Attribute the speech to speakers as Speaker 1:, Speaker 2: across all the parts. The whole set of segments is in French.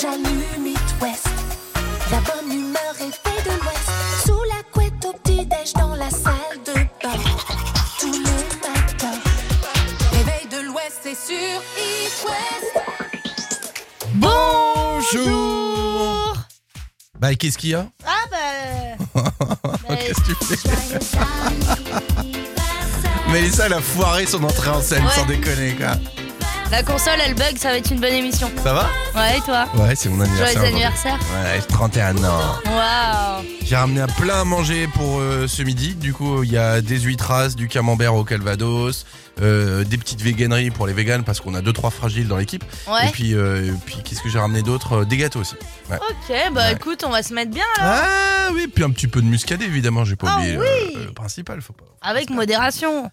Speaker 1: j'allume It West. La bonne humeur est faite de l'Ouest. Sous la couette au petit-déj dans la salle de bain. Tout le matin. Réveil de l'Ouest, c'est sur It West.
Speaker 2: Bonjour Bah qu'est-ce qu'il y a
Speaker 3: Ah bah.
Speaker 2: Qu'est-ce que tu fais Mélissa elle a foiré son entrée en scène
Speaker 3: Ouais.
Speaker 2: sans déconner quoi.
Speaker 3: La console elle bug, ça va être une bonne émission.
Speaker 2: Ça va
Speaker 3: Ouais, et toi
Speaker 2: Ouais c'est mon anniversaire.
Speaker 3: Joyeux
Speaker 2: aujourd'hui.
Speaker 3: anniversaire.
Speaker 2: Ouais, 31 ans.
Speaker 3: Waouh
Speaker 2: J'ai ramené à plein à manger pour euh, ce midi. Du coup, il y a des huîtras, du camembert au calvados, euh, des petites véganeries pour les véganes parce qu'on a deux trois fragiles dans l'équipe. Et
Speaker 3: Ouais.
Speaker 2: puis, euh, et puis qu'est-ce que j'ai ramené d'autre Euh, Des gâteaux aussi. Ouais.
Speaker 3: Ok, bah
Speaker 2: Ouais.
Speaker 3: écoute, on va se mettre bien là.
Speaker 2: Ah oui, puis un petit peu de muscadet évidemment. J'ai pas
Speaker 3: Ah
Speaker 2: oublié euh,
Speaker 3: oui
Speaker 2: le principal, faut pas.
Speaker 3: Avec modération.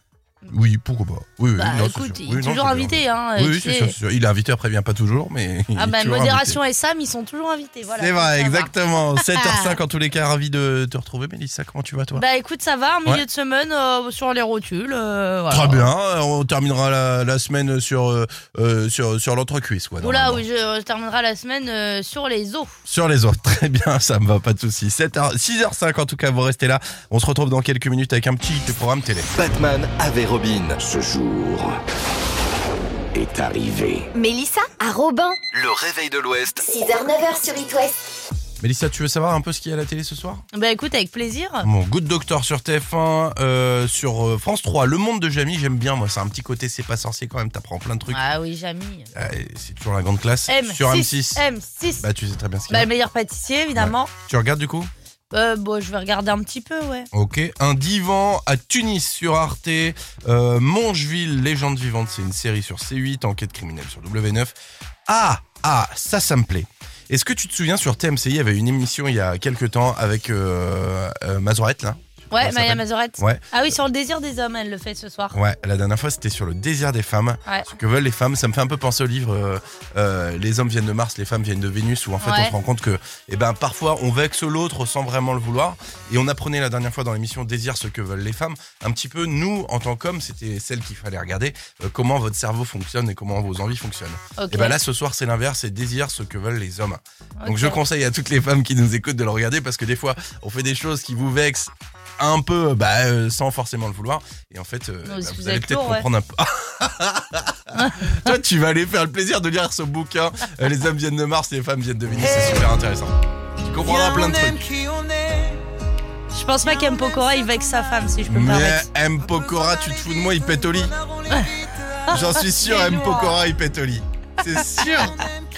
Speaker 2: Oui, pourquoi pas. Oui, oui,
Speaker 3: Bah
Speaker 2: non, c'est
Speaker 3: écoute,
Speaker 2: sûr.
Speaker 3: il
Speaker 2: Oui, non,
Speaker 3: est toujours
Speaker 2: c'est
Speaker 3: invité, hein.
Speaker 2: bien.
Speaker 3: euh,
Speaker 2: Oui,
Speaker 3: tu
Speaker 2: oui, c'est
Speaker 3: sais.
Speaker 2: sûr, c'est sûr. Il est invité après, vient pas toujours, mais. il
Speaker 3: Ah
Speaker 2: est
Speaker 3: bah
Speaker 2: toujours
Speaker 3: modération et Sam, ils sont toujours invités,
Speaker 2: invité.
Speaker 3: voilà.
Speaker 2: C'est vrai,
Speaker 3: Ça va.
Speaker 2: exactement. 7h05 en tous les cas, ravi de te retrouver, Mélissa. Comment tu vas, toi
Speaker 3: Bah écoute, ça va, un milieu
Speaker 2: Ouais.
Speaker 3: de semaine euh, sur les rotules. euh, voilà.
Speaker 2: Très bien, euh, on terminera la, la semaine sur, euh, euh, sur, sur l'entrecuisse. Quoi,
Speaker 3: Oula,
Speaker 2: normalement.
Speaker 3: oui, je, je terminerai la semaine euh, sur les os.
Speaker 2: Sur les autres, très bien, ça me va, pas de soucis. 6h05 en tout cas, vous restez là. On se retrouve dans quelques minutes avec un petit programme télé.
Speaker 4: Batman avec Robin.
Speaker 5: Ce jour est arrivé.
Speaker 6: Mélissa à Robin,
Speaker 4: Le réveil de l'Ouest.
Speaker 6: 6h-9h sur It West.
Speaker 2: Mélissa, tu veux savoir un peu ce qu'il y a à la télé ce soir
Speaker 3: Bah écoute, avec plaisir.
Speaker 2: Bon, Good Doctor sur TF1, euh, sur euh, France 3, Le Monde de Jamie, j'aime bien, moi, c'est un petit côté, c'est pas sorcier quand même, t'apprends plein de trucs.
Speaker 3: Ah oui, Jamy.
Speaker 2: Ah, et c'est toujours la grande classe.
Speaker 3: M6.
Speaker 2: Sur M6.
Speaker 3: M6. Bah,
Speaker 2: Bah, tu sais très bien ce qu'il y a.
Speaker 3: le meilleur pâtissier, évidemment.
Speaker 2: Tu regardes du coup
Speaker 3: Euh, bon, je vais regarder un petit peu, ouais.
Speaker 2: Ok, un divan à Tunis sur Arte, euh, Mongeville, Légende vivante, c'est une série sur C8, Enquête criminelle sur W9. Ah, ah, ça, ça me plaît. Est-ce que tu te souviens sur TMCI, il y avait une émission il y a quelques temps avec euh, euh, Mazorette, là
Speaker 3: Ouais,
Speaker 2: ça
Speaker 3: Maya
Speaker 2: s'appelle
Speaker 3: Mazorette.
Speaker 2: Ouais.
Speaker 3: Ah oui, sur le désir des hommes, elle le fait ce soir.
Speaker 2: Ouais, la dernière fois c'était sur le désir des femmes.
Speaker 3: Ouais.
Speaker 2: Ce que veulent les femmes, ça me fait un peu penser au livre euh, euh, Les hommes viennent de Mars, les femmes viennent de Vénus, où en fait
Speaker 3: Ouais.
Speaker 2: on se rend compte que eh ben, parfois on vexe l'autre sans vraiment le vouloir. Et on apprenait la dernière fois dans l'émission Désir ce que veulent les femmes. Un petit peu, nous, en tant qu'hommes, c'était celle qu'il fallait regarder, euh, comment votre cerveau fonctionne et comment vos envies fonctionnent.
Speaker 3: Ok.
Speaker 2: Et ben là ce soir c'est l'inverse, c'est Désir ce que veulent les hommes.
Speaker 3: Ok.
Speaker 2: Donc je conseille à toutes les femmes qui nous écoutent de le regarder parce que des fois on fait des choses qui vous vexent un peu bah, euh, sans forcément le vouloir et en fait euh,
Speaker 3: Non,
Speaker 2: bah,
Speaker 3: si
Speaker 2: vous
Speaker 3: vous
Speaker 2: allez
Speaker 3: êtes
Speaker 2: peut-être
Speaker 3: lourd, ouais.
Speaker 2: comprendre un peu. Toi tu vas aller faire le plaisir de lire ce bouquin euh, Les hommes viennent de Mars, les femmes viennent de Vénus, c'est super intéressant. Tu comprendras plein de trucs.
Speaker 3: Je pense pas qu'M. Pokora, il vexe sa femme, si je peux me
Speaker 2: Mais
Speaker 3: permettre.
Speaker 2: M. Pokora, tu te fous de moi, il pète au lit. J'en suis sûr,
Speaker 3: C'est
Speaker 2: M.
Speaker 3: lourd.
Speaker 2: Pokora, il pète au lit. C'est sûr,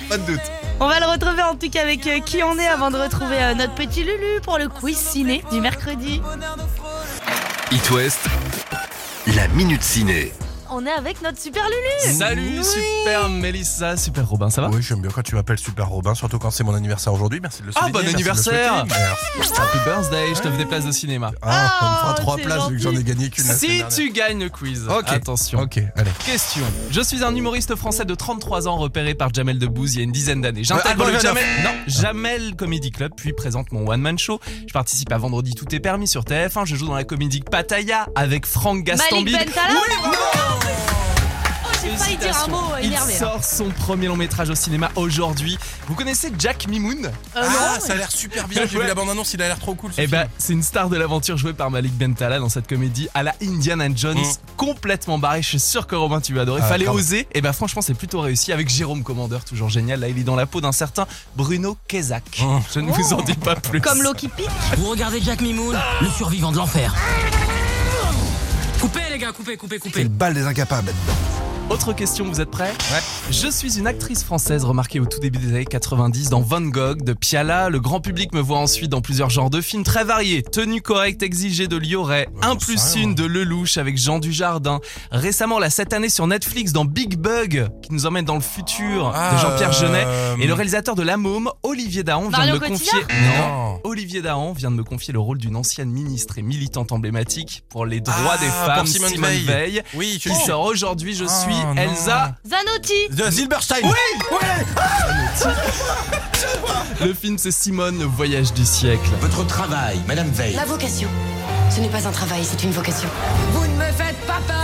Speaker 2: pas de doute.
Speaker 3: On va le retrouver en tout cas avec euh, qui on est avant de retrouver euh, notre petit Lulu pour le quiz ciné du mercredi.
Speaker 4: It West. La minute ciné.
Speaker 3: On est avec notre super Lulu.
Speaker 7: Salut, super Mélissa, super Robin, ça va
Speaker 2: Oui, j'aime bien quand tu m'appelles Super Robin, surtout quand c'est mon anniversaire aujourd'hui. Merci de le
Speaker 7: Ah,
Speaker 2: souligner,
Speaker 7: bon
Speaker 2: merci de le
Speaker 7: anniversaire
Speaker 2: souhaiter. Merci.
Speaker 7: Happy birthday, je t'offre des places de cinéma.
Speaker 2: Ah, ça me fera
Speaker 3: Ah,
Speaker 2: trois
Speaker 3: c'est
Speaker 2: places vu que j'en ai
Speaker 3: gentil.
Speaker 2: gagné qu'une. la
Speaker 7: Si
Speaker 2: semaine
Speaker 7: tu gagnes le quiz,
Speaker 2: Ok.
Speaker 7: attention.
Speaker 2: dernière. Ok, allez.
Speaker 7: Question. Je suis un humoriste français de 33 ans repéré par Jamel Debbouze il y a une dizaine d'années.
Speaker 2: Euh, Alban
Speaker 7: J'intègre le
Speaker 2: Ivanov.
Speaker 7: Jamel, non, Jamel Comedy Club, puis présente mon one-man show. Je participe à Vendredi Tout est permis sur TF1. Je joue dans la comédie Pataya avec Franck Gastambide.
Speaker 3: Malik Ben Bentala
Speaker 7: Oui, bravo
Speaker 3: Oh, j'ai failli dire un mot, euh,
Speaker 7: Il
Speaker 3: énervé. là.
Speaker 7: sort son premier long métrage au cinéma aujourd'hui. Vous connaissez Jack Mimoun
Speaker 3: Euh,
Speaker 2: ah,
Speaker 3: non,
Speaker 2: ça a l'air super bien. J'ai
Speaker 7: Ouais.
Speaker 2: vu la bande-annonce, il a l'air trop cool. ce
Speaker 7: Eh ben,
Speaker 2: film.
Speaker 7: c'est une star de l'aventure jouée par Malik Bentala dans cette comédie à la Indiana Jones,
Speaker 2: Mm.
Speaker 7: complètement barré. Je suis sûr que Robin, tu vas adorer.
Speaker 2: Ah,
Speaker 7: Fallait
Speaker 2: grave.
Speaker 7: oser. Eh ben, franchement, c'est plutôt réussi avec Jérôme Commandeur, toujours génial. Là, il est dans la peau d'un certain Bruno Kézak.
Speaker 2: Mm.
Speaker 7: Je ne vous en dis pas plus.
Speaker 3: Comme l'eau qui pique.
Speaker 8: Vous regardez Jack Mimoun, le survivant de l'enfer. Coupez les gars, coupez, coupez, coupez.
Speaker 4: Balle des incapables.
Speaker 7: Autre question, vous êtes prêts
Speaker 2: Ouais.
Speaker 7: Je suis une actrice française remarquée au tout début des années 90 dans Van Gogh, de Piala. Le grand public me voit ensuite dans plusieurs genres de films très variés. Tenue correcte exigée de Lioret,
Speaker 2: Ouais,
Speaker 7: 1
Speaker 2: j'en sais
Speaker 7: plus
Speaker 2: rien, moi.
Speaker 7: 1 de Lelouch avec Jean Dujardin. Récemment, là, cette année sur Netflix, dans Big Bug, qui nous emmène dans le futur
Speaker 2: Ah,
Speaker 7: de Jean-Pierre Jeunet.
Speaker 2: euh,
Speaker 7: Et le réalisateur de La Môme, Olivier Daon, vient de
Speaker 3: Marion
Speaker 7: me
Speaker 3: Cotillard
Speaker 7: confier...
Speaker 2: Non.
Speaker 7: Olivier Dahan vient de me confier le rôle d'une ancienne ministre et militante emblématique pour les droits
Speaker 2: Ah,
Speaker 7: des
Speaker 2: pour
Speaker 7: femmes,
Speaker 2: Simone
Speaker 7: Simone,
Speaker 2: Veil.
Speaker 7: Veil,
Speaker 2: Oui, je
Speaker 7: qui Oh. sort aujourd'hui. Je suis
Speaker 2: Ah, non.
Speaker 7: Elsa.
Speaker 3: Zanotti.
Speaker 2: De Silberstein. Oui,
Speaker 7: Le film, c'est Simone, le voyage du siècle.
Speaker 5: Votre travail, Madame Veil.
Speaker 9: La vocation. Ce n'est pas un travail, c'est une vocation.
Speaker 1: Vous ne me faites pas peur.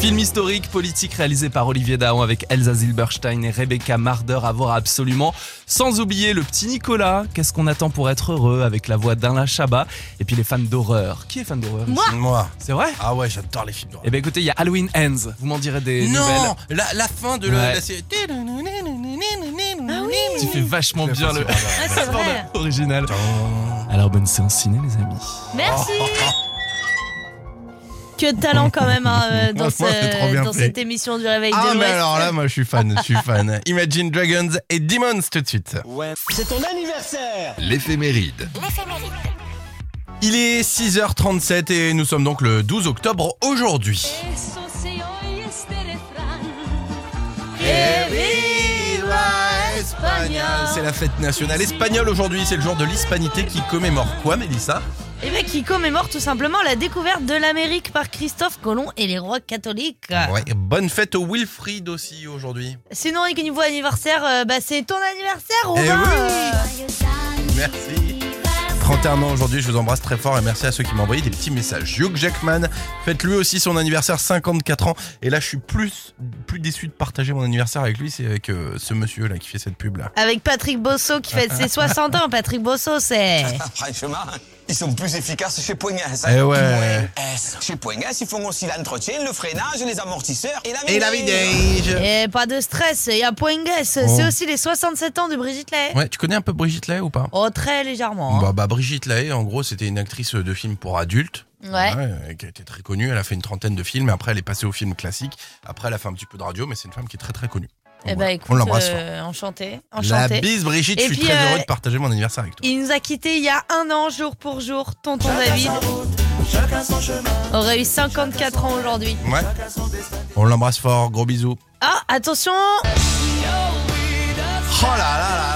Speaker 7: Film historique, politique réalisé par Olivier Daon avec Elsa Zilberstein et Rebecca Marder à voir absolument. Sans oublier le petit Nicolas, qu'est-ce qu'on attend pour être heureux avec la voix d'Alain Chabat. Et puis les fans d'horreur. Qui est fan d'horreur ici
Speaker 3: Moi.
Speaker 2: Moi.
Speaker 7: C'est vrai
Speaker 2: Ah ouais, j'adore les films d'horreur.
Speaker 7: Eh bien écoutez, il y a Halloween Ends. Vous m'en direz des nouvelles.
Speaker 2: Non, la, la fin de la-
Speaker 7: Ouais.
Speaker 2: la série.
Speaker 3: Ah oui.
Speaker 7: Tu fais vachement bien le
Speaker 3: Ah, c'est vrai.
Speaker 7: original. Alors bonne séance ciné les amis.
Speaker 3: Merci. Que de talent quand même hein, euh, dans,
Speaker 2: Franchement, c'est trop
Speaker 3: ce,
Speaker 2: bien
Speaker 3: dans
Speaker 2: fait.
Speaker 3: cette émission du réveil
Speaker 2: Ah
Speaker 3: de
Speaker 2: mais
Speaker 3: l'Ouest.
Speaker 2: alors là, moi je suis fan, je suis fan. Imagine Dragons et Demons tout de suite.
Speaker 4: L'éphéméride.
Speaker 2: Il est 6h37 et nous sommes donc le 12 octobre aujourd'hui. C'est la fête nationale espagnole aujourd'hui, c'est le jour de l'hispanité qui commémore quoi Mélissa
Speaker 3: Et bien Eh ben, qui commémore tout simplement la découverte de l'Amérique par Christophe Colomb et les rois catholiques.
Speaker 2: Ouais, bonne fête au Wilfried aussi aujourd'hui.
Speaker 3: Sinon, niveau anniversaire, euh, bah, c'est ton anniversaire, Romain.
Speaker 2: Eh oui.
Speaker 3: euh,
Speaker 2: Merci. 31 ans aujourd'hui, je vous embrasse très fort et merci à ceux qui m'ont envoyé des petits messages. Hugh Jackman fête lui aussi son anniversaire, 54 ans. Et là, je suis plus, plus déçu de partager mon anniversaire avec lui, c'est avec euh, ce monsieur là qui fait cette pub là.
Speaker 3: Avec Patrick Bosso qui fête ses 60 ans. Patrick Bosso, c'est.
Speaker 9: Ah, Franchement, ils sont plus efficaces chez Poignas.
Speaker 1: Ah,
Speaker 2: Eh ouais.
Speaker 9: Chez Poignas, ils font aussi l'entretien, le freinage, les amortisseurs et la
Speaker 2: Et la vidéo
Speaker 3: Et Eh, pas de stress, il y a Poengas. C'est aussi les 67 ans de Brigitte Lay.
Speaker 2: Ouais, tu connais un peu Brigitte Lay ou pas
Speaker 3: Oh, très légèrement.
Speaker 2: bah,
Speaker 3: hein.
Speaker 2: bah, Brigitte Lahaye, en gros, c'était une actrice de films pour adultes.
Speaker 3: Ouais.
Speaker 2: euh, qui a été très connue. Elle a fait une trentaine de films. et Après, elle est passée au film classique. Après, elle a fait un petit peu de radio, mais c'est une femme qui est très très connue.
Speaker 3: Eh
Speaker 2: Donc,
Speaker 3: bah,
Speaker 2: voilà.
Speaker 3: écoute,
Speaker 2: On l'embrasse. fort.
Speaker 3: euh, enchanté.
Speaker 2: La
Speaker 3: Enchanté.
Speaker 2: bise, Brigitte.
Speaker 3: Et
Speaker 2: je suis
Speaker 3: puis,
Speaker 2: très
Speaker 3: euh,
Speaker 2: heureux de partager mon anniversaire avec toi.
Speaker 3: Il nous a quittés il y a un an, jour pour jour, tonton David. Aurait eu 54 ans aujourd'hui.
Speaker 2: Ouais. On l'embrasse fort. Gros bisous.
Speaker 3: Ah, attention
Speaker 2: Oh là là là là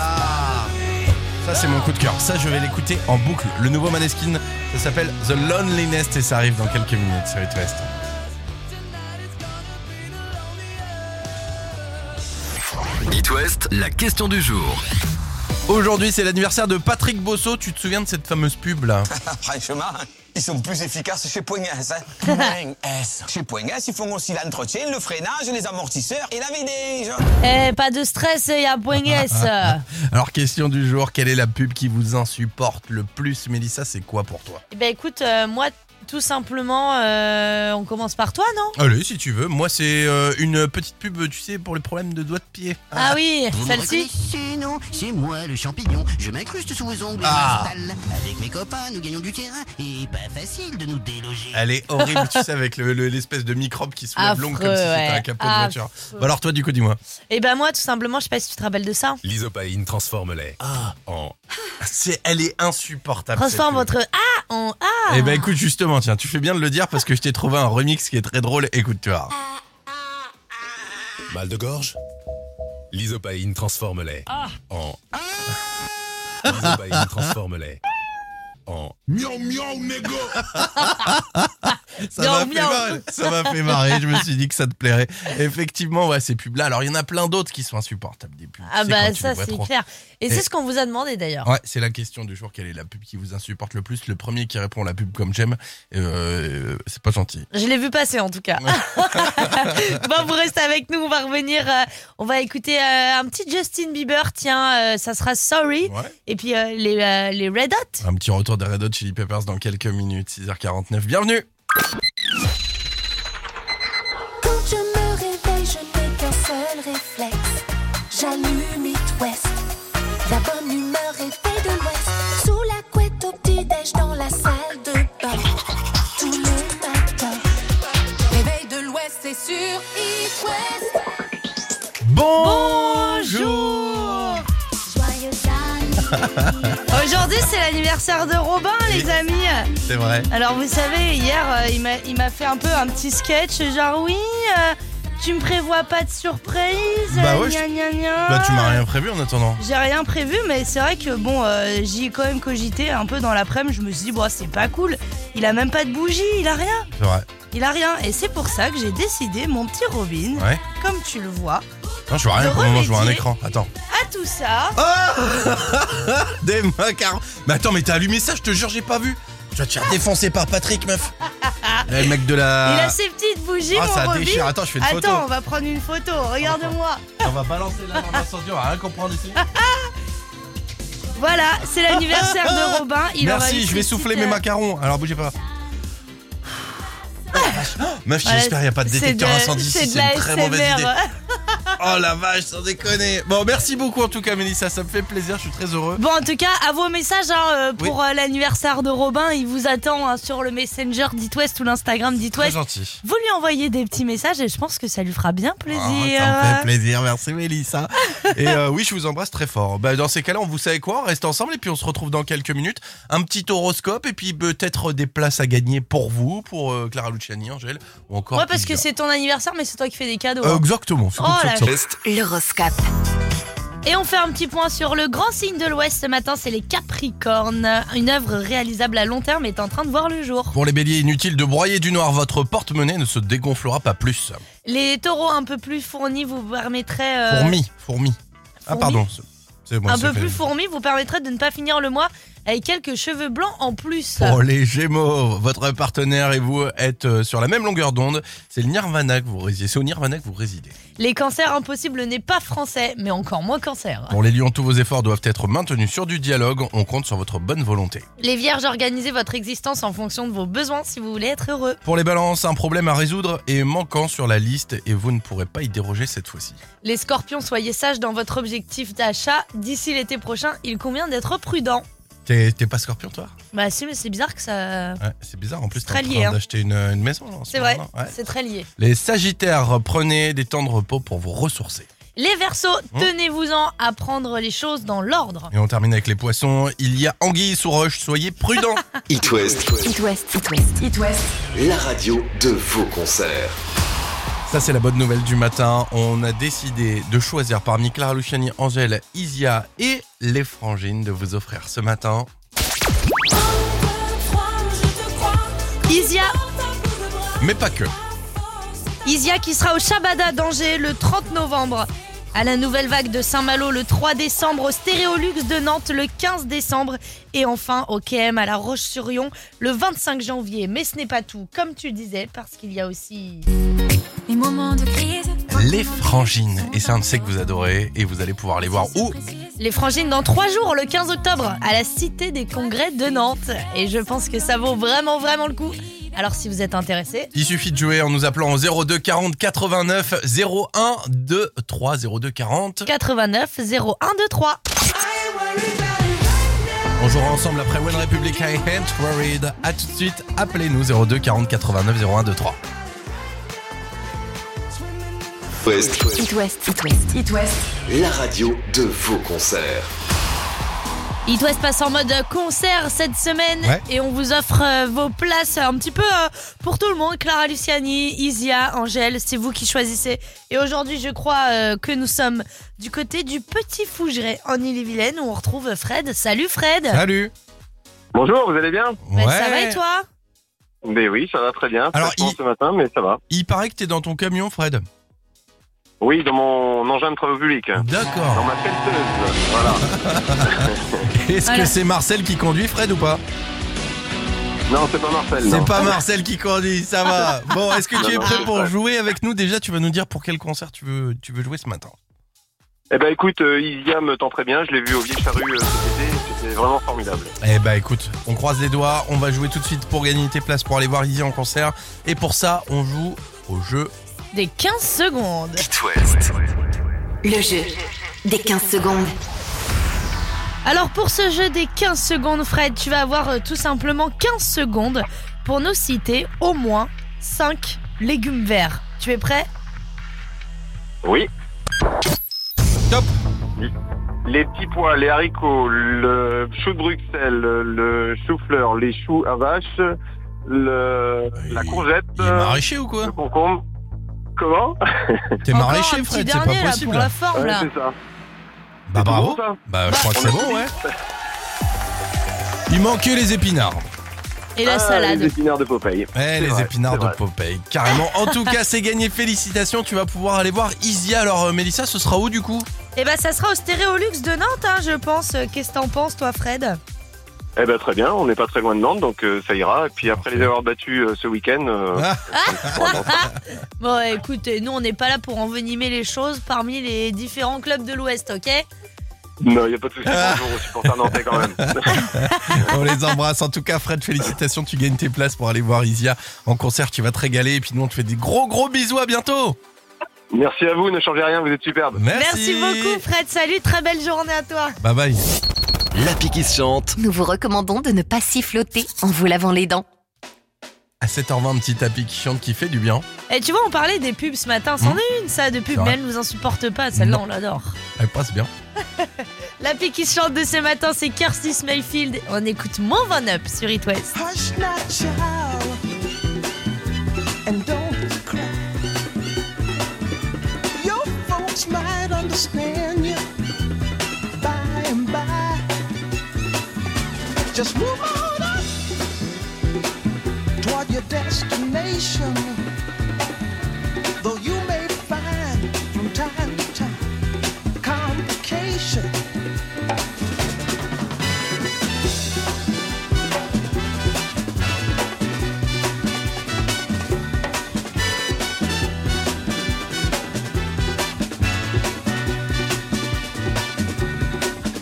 Speaker 2: Ça, c'est mon coup de cœur. Ça, je vais l'écouter en boucle. Le nouveau Maneskin, ça s'appelle The Lonely Nest et ça arrive dans quelques minutes sur It West.
Speaker 4: It West, la question du jour.
Speaker 2: Aujourd'hui, c'est l'anniversaire de Patrick Bosso. Tu te souviens de cette fameuse pub là
Speaker 9: Ah, Franchement, ils sont plus efficaces chez Poignas. Poignas. Chez Poignas, ils font aussi l'entretien, le freinage, les amortisseurs et la vidéo.
Speaker 3: Eh, pas de stress, il y a Poengas.
Speaker 2: Alors, question du jour, quelle est la pub qui vous insupporte le plus Mélissa, c'est quoi pour toi
Speaker 3: Eh ben écoute, euh, moi, tout simplement, euh, on commence par toi, non
Speaker 2: Allez, si tu veux. Moi, c'est euh, une petite pub, tu sais, pour les problèmes de doigts de pied.
Speaker 3: Ah oui, celle-ci
Speaker 10: C'est non, c'est moi le champignon. Je m'incruste sous vos ongles. et
Speaker 2: Ah.
Speaker 10: je m'installe. Avec mes copains, nous gagnons du terrain et pas facile de nous déloger.
Speaker 2: Elle est horrible, tu sais, avec le- le- l'espèce de microbe qui soulève
Speaker 3: Affreux,
Speaker 2: l'ongle comme si c'était un
Speaker 3: ouais.
Speaker 2: capot de voiture.
Speaker 3: Affreux.
Speaker 2: Bah alors, toi, du coup, dis-moi.
Speaker 3: Eh ben moi, tout simplement, je sais pas si tu te rappelles de ça.
Speaker 5: L'isopaïne transforme-les.
Speaker 2: Oh.
Speaker 5: En
Speaker 2: C'est, elle est insupportable.
Speaker 3: Transforme
Speaker 2: cette pub.
Speaker 3: votre A en A.
Speaker 2: Eh ben écoute, justement, tiens, tu fais bien de le dire parce que je t'ai trouvé un remix qui est très drôle. Écoute, tu vois.
Speaker 5: mal de gorge L'isopaïne transforme-les. En L'isopaïne transforme-les. En
Speaker 2: Ça
Speaker 3: Miaou,
Speaker 2: m'a fait
Speaker 3: miaou.
Speaker 2: marrer. Ça m'a fait marrer. Je me suis dit que ça te plairait. Effectivement, ouais, ces pubs-là. Alors, il y en a plein d'autres qui sont insupportables des pubs.
Speaker 3: Ah
Speaker 2: Tu sais, quand
Speaker 3: bah
Speaker 2: tu
Speaker 3: ça,
Speaker 2: les vois
Speaker 3: c'est
Speaker 2: trop.
Speaker 3: clair. Et,
Speaker 2: Et-
Speaker 3: c'est ce qu'on vous a demandé d'ailleurs.
Speaker 2: Ouais, c'est la question du jour. Quelle est la pub qui vous insupporte le plus Le premier qui répond la pub comme j'aime, euh, c'est pas gentil.
Speaker 3: Je l'ai vu passer en tout cas. bon, vous restez avec nous, on va revenir. euh, on va écouter euh, un petit Justin Bieber, tiens, euh, ça sera Sorry.
Speaker 2: Ouais.
Speaker 3: Et puis euh, les, euh, les Red Hot.
Speaker 2: Un petit retour des Red Hot Chili Peppers dans quelques minutes, 6h49. Bienvenue
Speaker 1: Quand je me réveille, je n'ai qu'un seul réflexe. J'allume It West. La bonne humeur est faite de l'Ouest. Sous la couette au petit-déj dans la salle de bain. Tout le matin. Réveil de l'Ouest, c'est sur It West.
Speaker 2: Bonjour
Speaker 6: Joyeux anniversaire.
Speaker 3: Aujourd'hui, c'est l'anniversaire de Robin, les amis.
Speaker 2: C'est vrai.
Speaker 3: Alors vous savez, hier, euh, il m'a- il m'a fait un peu un petit sketch, genre oui, euh, tu me prévois pas de surprise,
Speaker 2: Bah ouais,
Speaker 3: gna
Speaker 2: je-
Speaker 3: gna gna.
Speaker 2: Bah, tu m'as rien prévu en attendant.
Speaker 3: J'ai rien prévu, mais c'est vrai que bon, euh, j'y ai quand même cogité un peu dans l'après-midi. Je me suis dit, bon, c'est pas cool. Il a même pas de bougie, il a rien,
Speaker 2: C'est vrai.
Speaker 3: il a rien. Et c'est pour ça que j'ai décidé, mon petit Robin,
Speaker 2: Ouais.
Speaker 3: comme tu le vois,
Speaker 2: Non, je vois rien
Speaker 3: De
Speaker 2: pour le moment, je vois un
Speaker 3: remédier.
Speaker 2: écran. Attends.
Speaker 3: à tout ça.
Speaker 2: Ah Des macarons Mais attends, mais t'as allumé ça, je te jure, j'ai pas vu. Tu vas te faire défoncer par Patrick, meuf. Là, le mec de la.
Speaker 3: Il a ses petites bougies,
Speaker 2: Ah,
Speaker 3: mon
Speaker 2: ça
Speaker 3: Bobby.
Speaker 2: déchire. Attends, je fais une photo. Ah,
Speaker 3: Attends, on va prendre une photo. Regarde-moi.
Speaker 2: On va balancer là dans l'incendie, on va rien comprendre ici.
Speaker 3: Voilà, c'est l'anniversaire de Robin. Il aura eu
Speaker 2: Merci, je
Speaker 3: ses
Speaker 2: vais souffler mes
Speaker 3: petites, euh, Ah,
Speaker 2: macarons. Alors bougez pas. Oh, Meuf,
Speaker 3: voilà,
Speaker 2: j'espère qu'il n'y a pas de
Speaker 3: c'est
Speaker 2: détecteur incendie.
Speaker 3: C'est
Speaker 2: si
Speaker 3: de
Speaker 2: C'est
Speaker 3: la
Speaker 2: une très mauvaise
Speaker 3: SMR.
Speaker 2: idée. Oh la vache, sans déconner. Bon, merci beaucoup en tout cas, Mélissa. Ça me fait plaisir, je suis très heureux.
Speaker 3: Bon, en tout cas, à vos messages hein, euh, pour euh, l'anniversaire de Robin. Il vous attend hein, sur le Messenger d'It West ou l'Instagram d'It
Speaker 2: Très
Speaker 3: West.
Speaker 2: gentil.
Speaker 3: Vous lui envoyez des petits messages et je pense que ça lui fera bien
Speaker 2: Oh,
Speaker 3: plaisir.
Speaker 2: ça me fait plaisir, merci Mélissa. Et euh, oui, je vous embrasse très fort. Bah, dans ces cas-là, on vous savez quoi On reste ensemble et puis on se retrouve dans quelques minutes. Un petit horoscope et puis peut-être des places à gagner pour vous, pour euh, Clara Luciani, Angèle ou encore.
Speaker 3: Ouais, parce que
Speaker 2: plusieurs.
Speaker 3: c'est ton anniversaire, mais c'est toi qui fais des cadeaux.
Speaker 2: Euh,
Speaker 3: hein.
Speaker 2: exactement. c'est
Speaker 3: Oh
Speaker 2: comme ça
Speaker 3: la
Speaker 2: que ça
Speaker 4: Est,
Speaker 1: L'horoscope.
Speaker 2: Euh,
Speaker 3: Et on fait un petit point sur le grand signe de l'Ouest ce matin, c'est les Capricornes. Une œuvre réalisable à long terme est en train de voir le jour.
Speaker 2: Pour les béliers, inutile de broyer du noir, votre porte-monnaie ne se dégonflera pas plus.
Speaker 3: Les taureaux un peu plus fournis vous permettraient. euh,
Speaker 2: Fourmi, fourmi. Ah
Speaker 3: fourmi
Speaker 2: pardon, c'est- c'est bon.
Speaker 3: un
Speaker 2: c'est
Speaker 3: peu
Speaker 2: fait.
Speaker 3: plus fourmis vous permettraient de ne pas finir le mois avec quelques cheveux blancs en plus.
Speaker 2: Pour les gémeaux, votre partenaire et vous êtes euh, sur la même longueur d'onde. C'est le Nirvana que vous résidez. C'est au Nirvana que vous résidez.
Speaker 3: Les cancers impossibles n'est pas français, mais encore moins cancer.
Speaker 2: Pour les lions, tous vos efforts doivent être maintenus sur du dialogue. On compte sur votre bonne volonté.
Speaker 3: Les vierges, organisez votre existence en fonction de vos besoins si vous voulez être heureux.
Speaker 2: Pour les balances, un problème à résoudre est manquant sur la liste et vous ne pourrez pas y déroger cette fois-ci.
Speaker 3: Les scorpions, soyez sages dans votre objectif d'achat. D'ici l'été prochain, il convient d'être prudent.
Speaker 2: T'es t'es pas scorpion, toi
Speaker 3: Bah si, mais c'est bizarre que ça...
Speaker 2: ouais, C'est bizarre. En plus, t'es en
Speaker 3: Très
Speaker 2: train
Speaker 3: lié, hein.
Speaker 2: d'acheter une, une maison. là, en ce
Speaker 3: C'est vrai,
Speaker 2: moment, non Ouais.
Speaker 3: c'est très lié.
Speaker 2: Les Sagittaires, prenez des temps de repos pour vous ressourcer.
Speaker 3: Les Verseaux,
Speaker 2: Hmm.
Speaker 3: tenez-vous-en à prendre les choses dans l'ordre.
Speaker 2: Et on termine avec les poissons. Il y a anguille sous roche, soyez prudents.
Speaker 4: It West,
Speaker 1: It West. It West. It West.
Speaker 4: la radio de vos concerts.
Speaker 2: Ça, c'est la bonne nouvelle du matin. On a décidé de choisir parmi Clara Luciani, Angèle, Isia et les frangines de vous offrir ce matin.
Speaker 3: Isia,
Speaker 2: Mais pas que.
Speaker 3: Isia qui sera au Shabada d'Angers le 30 novembre. À la nouvelle vague de Saint-Malo le 3 décembre, au Stéréolux de Nantes le 15 décembre et enfin au KM à La Roche-sur-Yon le 25 janvier. Mais ce n'est pas tout, comme tu disais, parce qu'il y a aussi...
Speaker 6: Les moments de crise.
Speaker 2: Les frangines. Et ça, on sait que vous adorez et vous allez pouvoir les voir où
Speaker 3: Les frangines dans trois jours, le 15 octobre, à la Cité des Congrès de Nantes. Et je pense que ça vaut vraiment, vraiment le coup. Alors si vous êtes intéressé,
Speaker 2: Il suffit de jouer en nous appelant au 02 40 89 01 23 02 40.
Speaker 3: 89 0123.
Speaker 2: On jouera ensemble après One Republic I Ain't Worried. A tout de suite, appelez-nous 02 40 89 01 23.
Speaker 4: West,
Speaker 1: It West. It West. It West.
Speaker 4: la radio de vos concerts.
Speaker 3: Il doit se passer en mode concert cette semaine
Speaker 2: Ouais.
Speaker 3: et on vous offre euh, vos places un petit peu euh, pour tout le monde. Clara Luciani, Isia, Angèle, c'est vous qui choisissez. Et aujourd'hui, je crois euh, que nous sommes du côté du Petit Fougeray en Ille-et-Vilaine où on retrouve Fred. Salut Fred.
Speaker 2: Salut.
Speaker 11: Bonjour, vous allez bien
Speaker 3: Bah, Ça va et toi
Speaker 11: Ben oui, ça va très bien.
Speaker 2: Alors,
Speaker 11: Alors,
Speaker 2: Ah, il-
Speaker 11: ce matin, mais ça va.
Speaker 2: Il paraît que t'es dans ton camion, Fred.
Speaker 11: Oui, dans mon engin de travaux publics. Dans
Speaker 2: D'accord.
Speaker 11: ma pelleteuse, voilà.
Speaker 2: Est-ce
Speaker 3: Voilà.
Speaker 2: que c'est Marcel qui conduit, Fred, ou pas
Speaker 11: Non, c'est pas Marcel, non.
Speaker 2: C'est pas Marcel qui conduit, ça va. Bon, est-ce que
Speaker 11: Non,
Speaker 2: tu es
Speaker 11: non,
Speaker 2: prêt
Speaker 11: c'est
Speaker 2: pour
Speaker 11: Fred.
Speaker 2: jouer avec nous Déjà, tu vas nous dire pour quel concert tu veux, tu veux jouer ce matin.
Speaker 11: Eh ben écoute, euh, Isia me tend très bien. Je l'ai vu au Vieux Charru euh, cet été. C'était vraiment formidable.
Speaker 2: Eh bah écoute, on croise les doigts, on va jouer tout de suite pour gagner tes places pour aller voir Izzy en concert. Et pour ça, on joue au jeu.
Speaker 3: Des 15 secondes.
Speaker 4: It West,
Speaker 1: Le jeu. Des 15 secondes.
Speaker 3: Alors pour ce jeu des 15 secondes, Fred, tu vas avoir euh, tout simplement 15 secondes pour nous citer au moins 5 légumes verts. Tu es prêt
Speaker 11: Oui.
Speaker 2: Top.
Speaker 11: Les petits pois, les haricots, le chou de Bruxelles, le chou-fleur, les choux à vache, le... la
Speaker 2: Il-
Speaker 11: courgette,
Speaker 2: Il
Speaker 3: euh,
Speaker 2: est maraîcher ou quoi
Speaker 11: le concombre. Comment
Speaker 2: T'es
Speaker 3: Encore
Speaker 2: maraîcher,
Speaker 3: un petit
Speaker 2: Fred, c'est
Speaker 3: dernier,
Speaker 2: pas
Speaker 3: là,
Speaker 2: possible.
Speaker 3: pour la forme,
Speaker 11: Ouais,
Speaker 3: là.
Speaker 11: c'est ça.
Speaker 2: Bah bravo.
Speaker 11: C'est bon, ça
Speaker 2: Bah je crois que c'est bon, ouais. Il manquait les épinards.
Speaker 3: Et la
Speaker 11: Ah,
Speaker 3: salade.
Speaker 11: Les épinards de Popeye.
Speaker 2: Eh,
Speaker 11: C'est
Speaker 2: les
Speaker 11: vrai,
Speaker 2: épinards
Speaker 11: c'est
Speaker 2: de
Speaker 11: vrai.
Speaker 2: Popeye, carrément. En tout cas, c'est gagné. Félicitations, tu vas pouvoir aller voir Isia. Alors, euh, Mélissa, ce sera où du coup
Speaker 3: Eh ben, ça sera au Stéréolux de Nantes, hein, je pense. Euh, Qu'est-ce que t'en penses, toi, Fred
Speaker 11: Eh ben très bien, on n'est pas très loin de Nantes, donc euh, ça ira. Et puis après les avoir battus euh, ce week-end, euh,
Speaker 3: Bon, ouais, écoutez, nous, on n'est pas là pour envenimer les choses parmi les différents clubs de l'Ouest, ok
Speaker 11: non, il n'y a pas de souci. Bonjour aux supporters nantais quand même.
Speaker 2: On les embrasse. En tout cas, Fred, félicitations. Tu gagnes tes places pour aller voir Isia en concert. Tu vas te régaler. Et puis nous, on te fait des gros, gros bisous. À bientôt.
Speaker 11: Merci à vous, ne changez rien, vous êtes superbe.
Speaker 3: Merci. beaucoup, Fred. Salut, très belle journée à toi.
Speaker 2: Bye bye.
Speaker 4: La pique qui se chante.
Speaker 12: Nous vous recommandons de ne pas siffloter en vous lavant les dents.
Speaker 2: À 7h20, petit tapis qui chante qui fait du bien.
Speaker 3: Et Eh, tu vois, on parlait des pubs ce matin. C'en
Speaker 2: Mmh.
Speaker 3: est une, ça, de
Speaker 2: C'est
Speaker 3: pub,
Speaker 2: vrai.
Speaker 3: mais elle nous insupporte pas. Celle-là, on l'adore.
Speaker 2: Elle passe bien.
Speaker 3: La pique qui chante de ce matin, c'est Kirsty Mayfield. On écoute moins 20 up sur It West.
Speaker 1: Hush not child and don't cry. Your folks might understand you by and by. Just move on up toward your destination. Though you may find from time to time complications.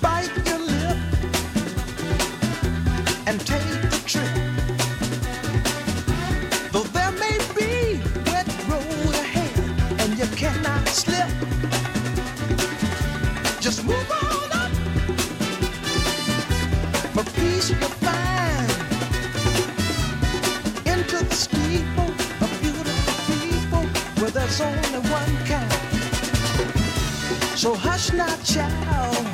Speaker 1: bite your lip and take the trip. Though there may be wet road ahead and you cannot slip, just move on up. For peace you'll find into the steeple of beautiful people where there's only one kind. So hush not, child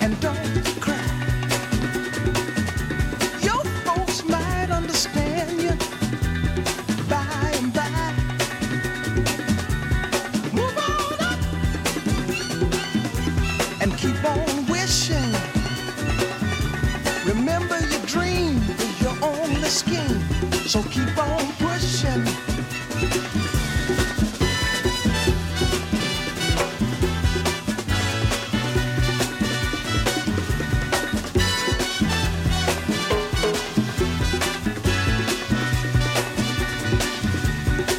Speaker 1: and don't cry. Your folks might understand you by and by. Move on up and keep on wishing. Remember your dream is your only scheme, so keep on pushing.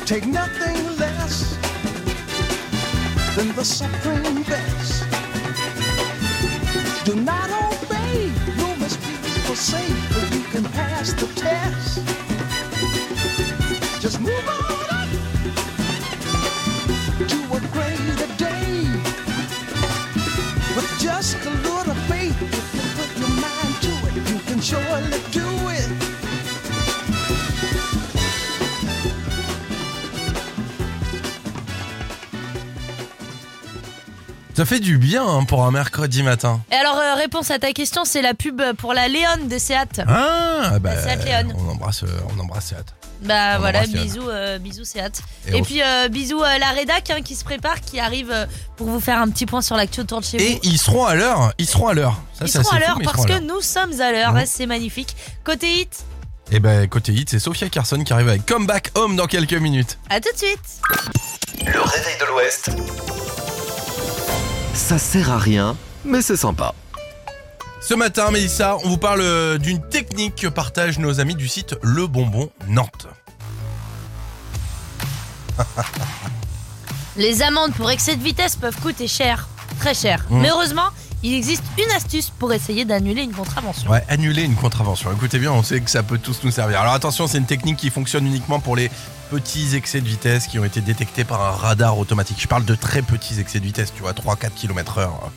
Speaker 1: Take nothing less than the supreme best. Do not obey, you must be forsaken, but you can pass the test. Just move on up to a greater day. With just a little faith, if you put your mind to it, you can surely do it.
Speaker 2: Ça fait du bien hein, pour un mercredi matin.
Speaker 3: Et alors, euh, réponse à ta question, c'est la pub pour la Léone de Seat.
Speaker 2: Ah, bah,
Speaker 3: La Seat Léone.
Speaker 2: on embrasse, euh, on embrasse Seat.
Speaker 3: Bah
Speaker 2: On
Speaker 3: voilà,
Speaker 2: embrasse Léone.
Speaker 3: bisous, euh, bisous Seat.
Speaker 2: Et
Speaker 3: Et,
Speaker 2: au-
Speaker 3: puis euh, bisous à la rédac hein, qui se prépare, qui arrive euh, pour vous faire un petit point sur l'actu autour de chez
Speaker 2: Et
Speaker 3: vous.
Speaker 2: ils seront à l'heure. hein. Ils seront à l'heure. Ça,
Speaker 3: Ils
Speaker 2: c'est assez
Speaker 3: seront à
Speaker 2: fou,
Speaker 3: l'heure
Speaker 2: mais ils
Speaker 3: parce
Speaker 2: seront à Mmh.
Speaker 3: que nous sommes à l'heure, Ouais, c'est magnifique. Côté hit,
Speaker 2: Et ben côté hit, c'est Sophia Carson qui arrive avec Comeback Home dans quelques minutes.
Speaker 3: à tout de suite.
Speaker 4: Le réveil de l'Ouest. Ça sert à rien, mais c'est sympa.
Speaker 2: Ce matin, Mélissa, on vous parle euh, d'une technique que partagent nos amis du site Le Bonbon Nantes.
Speaker 3: Les amendes pour excès de vitesse peuvent coûter cher, très cher.
Speaker 2: Mm.
Speaker 3: Mais heureusement, il existe une astuce pour essayer d'annuler une contravention.
Speaker 2: Ouais, annuler une contravention. Écoutez bien, on sait que ça peut tous nous servir. Alors attention, c'est une technique qui fonctionne uniquement pour les petits excès de vitesse qui ont été détectés par un radar automatique. Je parle de très petits excès de vitesse, tu vois, 3-4 km heure.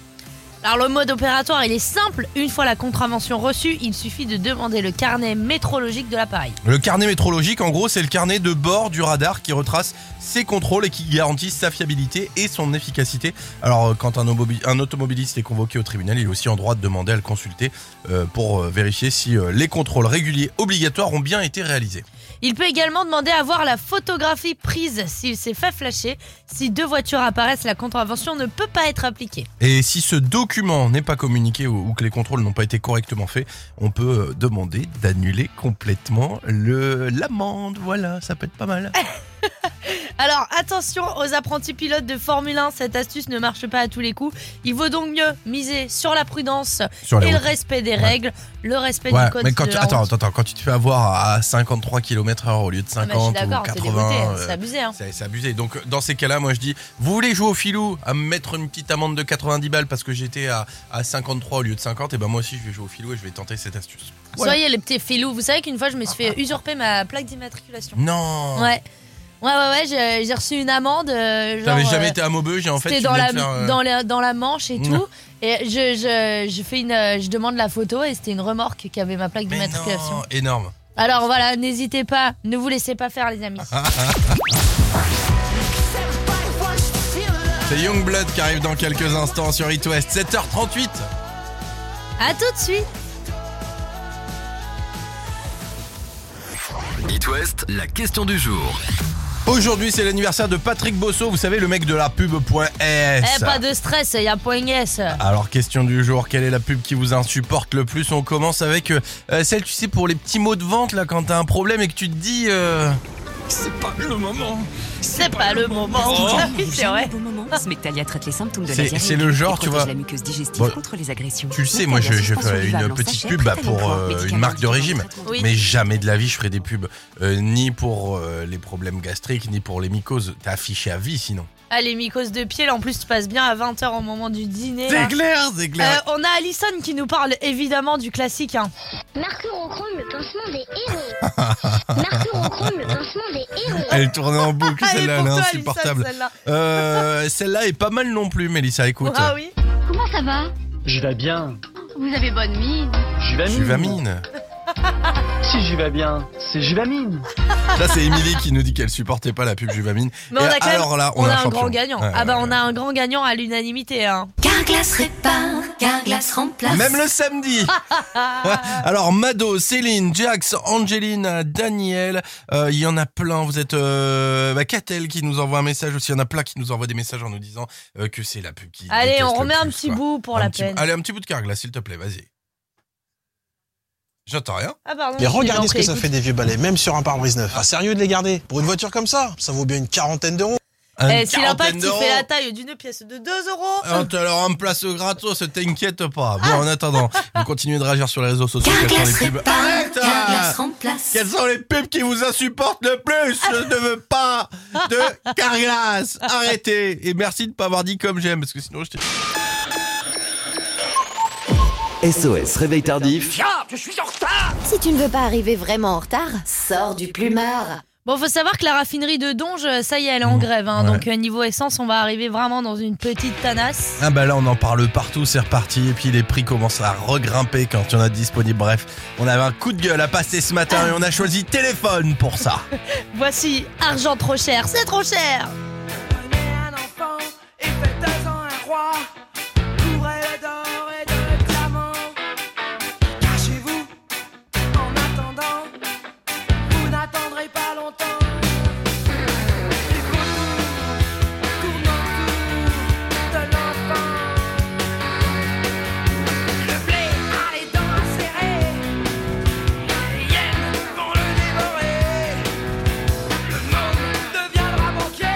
Speaker 3: Alors le mode opératoire, il est simple. Une fois la contravention reçue, il suffit de demander le carnet métrologique de l'appareil.
Speaker 2: Le carnet métrologique, en gros, c'est le carnet de bord du radar qui retrace ses contrôles et qui garantit sa fiabilité et son efficacité. Alors, euh, quand un, obobi- un automobiliste est convoqué au tribunal, il est aussi en droit de demander à le consulter euh, pour euh, vérifier si euh, les contrôles réguliers obligatoires ont bien été réalisés.
Speaker 3: Il peut également demander à voir la photographie prise s'il s'est fait flasher. Si deux voitures apparaissent, la contravention ne peut pas être appliquée.
Speaker 2: Et si ce document n'est pas communiqué ou, ou que les contrôles n'ont pas été correctement faits, on peut euh, demander d'annuler complètement le l'amende. Voilà, ça peut être pas mal.
Speaker 3: Alors attention aux apprentis pilotes de Formule 1, cette astuce ne marche pas à tous les coups. Il vaut donc mieux miser sur la prudence
Speaker 2: Sur les
Speaker 3: et le
Speaker 2: routes.
Speaker 3: respect des
Speaker 2: Ouais.
Speaker 3: règles, le respect
Speaker 2: Ouais,
Speaker 3: du code
Speaker 2: mais quand
Speaker 3: de
Speaker 2: tu,
Speaker 3: la
Speaker 2: attends,
Speaker 3: route.
Speaker 2: attends, attends, quand tu te fais avoir à 53 km/h au lieu de
Speaker 3: Ah, mais je suis
Speaker 2: 50 ou
Speaker 3: d'accord, c'est
Speaker 2: 80,
Speaker 3: dégoûté, hein,
Speaker 2: euh,
Speaker 3: c'est abusé, hein.
Speaker 2: c'est- c'est abusé. Donc dans ces cas-là, moi je dis, vous voulez jouer au filou, à me mettre une petite amende de 90 balles parce que j'étais à, à 53 au lieu de 50, et ben moi aussi je vais jouer au filou et je vais tenter cette astuce. Voilà.
Speaker 3: Soyez les petits filous. Vous savez qu'une fois, je me suis fait usurper ma plaque d'immatriculation.
Speaker 2: Non.
Speaker 3: Ouais. Ouais, ouais, ouais, j'ai- j'ai reçu une amende. euh,
Speaker 2: T'avais
Speaker 3: genre,
Speaker 2: jamais
Speaker 3: euh,
Speaker 2: été à Maubeuge et en fait
Speaker 3: C'était
Speaker 2: tu
Speaker 3: dans
Speaker 2: venais
Speaker 3: la,
Speaker 2: de faire, euh,
Speaker 3: dans, la, dans la manche et
Speaker 2: Mm.
Speaker 3: tout. Et je, je, je fais une, euh, je demande la photo et c'était une remorque qui avait ma plaque d'immatriculation.
Speaker 2: Oh, énorme.
Speaker 3: Alors voilà, n'hésitez pas, ne vous laissez pas faire les amis.
Speaker 2: Ah. C'est Youngblood qui arrive dans quelques instants sur It West, 7h38.
Speaker 3: à tout de suite
Speaker 4: It West, la question du jour.
Speaker 2: Aujourd'hui, c'est l'anniversaire de Patrick Bosso, vous savez, le mec de la pub.s.
Speaker 3: Eh, pas de stress, il y a point S.
Speaker 2: Alors, question du jour, quelle est la pub qui vous insupporte le plus On commence avec euh, euh, celle, tu sais, pour les petits mots de vente, là, quand t'as un problème et que tu te dis... euh,
Speaker 7: C'est pas le moment.
Speaker 3: C'est pas le moment.
Speaker 2: Oh.
Speaker 3: Ah
Speaker 12: Oh.
Speaker 3: oui, c'est vrai.
Speaker 13: Smectalia traite les symptômes de la
Speaker 2: C'est-
Speaker 13: diarrhée
Speaker 2: c'est le
Speaker 13: et
Speaker 2: genre, tu
Speaker 13: protège
Speaker 2: vois.
Speaker 13: la muqueuse digestive
Speaker 2: Bon,
Speaker 13: contre les agressions.
Speaker 2: tu le sais, moi, je,
Speaker 13: Smectalia,
Speaker 2: je
Speaker 13: suspension
Speaker 2: ferais
Speaker 13: légale
Speaker 2: une
Speaker 13: en
Speaker 2: petite
Speaker 13: sachet,
Speaker 2: pub bah,
Speaker 13: prête à
Speaker 2: pour
Speaker 13: l'emploi.
Speaker 2: euh, une
Speaker 13: Médicaments
Speaker 2: marque de régime.
Speaker 3: Oui.
Speaker 2: Mais jamais de la vie, je ferais des pubs. euh, ni pour euh, les problèmes gastriques, ni pour les mycoses. T'es affiché à vie, sinon.
Speaker 3: Allez, mycose de pied, là en plus, tu passes bien à 20h au moment du dîner. là.
Speaker 2: C'est clair, c'est clair.
Speaker 3: Euh, on a Alison qui nous parle évidemment du classique. hein.
Speaker 14: Mercurochrome, le pincement des héros. Mercurochrome, le pincement des héros.
Speaker 2: Elle tournait en boucle,
Speaker 14: Elle est
Speaker 2: celle-là,
Speaker 14: pour
Speaker 2: elle est
Speaker 14: toi, Alison,
Speaker 2: insupportable.
Speaker 14: celle-là.
Speaker 2: Euh, Celle-là est pas mal non plus, Mélissa, écoute.
Speaker 3: Ah
Speaker 14: oui Comment ça va
Speaker 15: J'y vais bien.
Speaker 14: Vous avez bonne mine.
Speaker 15: J'y vais
Speaker 2: Tu vas mine.
Speaker 15: Si j'y vais bien, c'est j'y vais mine.
Speaker 2: Là, c'est Émilie qui nous dit qu'elle supportait pas la pub Juvamine.
Speaker 3: Mais on
Speaker 2: Et
Speaker 3: a quand
Speaker 2: alors
Speaker 3: même-
Speaker 2: là, on,
Speaker 3: on
Speaker 2: a
Speaker 3: a un
Speaker 2: champion.
Speaker 3: grand gagnant.
Speaker 2: Ouais,
Speaker 3: ah bah on a un grand gagnant à l'unanimité. Hein.
Speaker 12: Carglass répare, Carglass remplace.
Speaker 2: Même le samedi.
Speaker 3: Ah.
Speaker 2: Alors Mado, Céline, Jax, Angelina, Daniel, euh, il y en a plein. Vous êtes euh, bah, Catel qui nous envoie un message aussi. Il y en a plein qui nous envoient des messages en nous disant euh, que c'est la pub qui.
Speaker 3: Allez,
Speaker 2: déteste
Speaker 3: on
Speaker 2: le
Speaker 3: remet un
Speaker 2: plus,
Speaker 3: petit
Speaker 2: quoi.
Speaker 3: bout pour
Speaker 2: Un
Speaker 3: la
Speaker 2: petit-
Speaker 3: peine.
Speaker 2: Allez, un petit bout de carglass, s'il te plaît, vas-y. J'entends rien.
Speaker 3: Ah pardon.
Speaker 16: Mais
Speaker 3: je t'ai
Speaker 16: regardez ce
Speaker 3: lancé,
Speaker 16: que ça
Speaker 3: écoute.
Speaker 16: fait des vieux balais, même sur un pare-brise neuf. Ah, sérieux de les garder Pour une voiture comme ça, ça vaut bien une quarantaine d'euros.
Speaker 3: Eh, si l'impact il fait la taille d'une pièce de 2 euros.
Speaker 2: Ah, On te le remplace gratos, t'inquiète pas. Bon, en
Speaker 3: Ah.
Speaker 2: attendant, vous continuez de réagir sur les réseaux sociaux. Quelles sont les pubs Arrête Quelles sont les pubs qui vous insupportent le plus Je ne veux pas de Carglass. Arrêtez Et merci de pas avoir dit comme j'aime, parce que sinon je t'ai...
Speaker 17: SOS, réveil tardif.
Speaker 12: je suis en retard Si tu ne veux pas arriver vraiment en retard, sors du plumard.
Speaker 3: Bon, faut savoir que la raffinerie de Donge, euh, ça y est, elle est en grève. hein.
Speaker 2: Mmh. ouais.
Speaker 3: Donc euh, niveau essence, on va arriver vraiment dans une petite tanasse.
Speaker 2: Ah bah là, on en parle partout, c'est reparti. Et puis les prix commencent à regrimper quand il y en a disponible. Bref, on avait un coup de gueule à passer ce matin et on a choisi téléphone pour ça.
Speaker 3: Voici argent trop cher, c'est trop cher.
Speaker 18: un enfant et faites-en un roi. Courez le d'or et de le diamant. Cachez-vous en attendant. Vous n'attendrez pas longtemps. Il faut tout, tourne autour de l'enfant. Le blé a les dents serrées. Les hyènes vont le dévorer. Le monde deviendra banquier.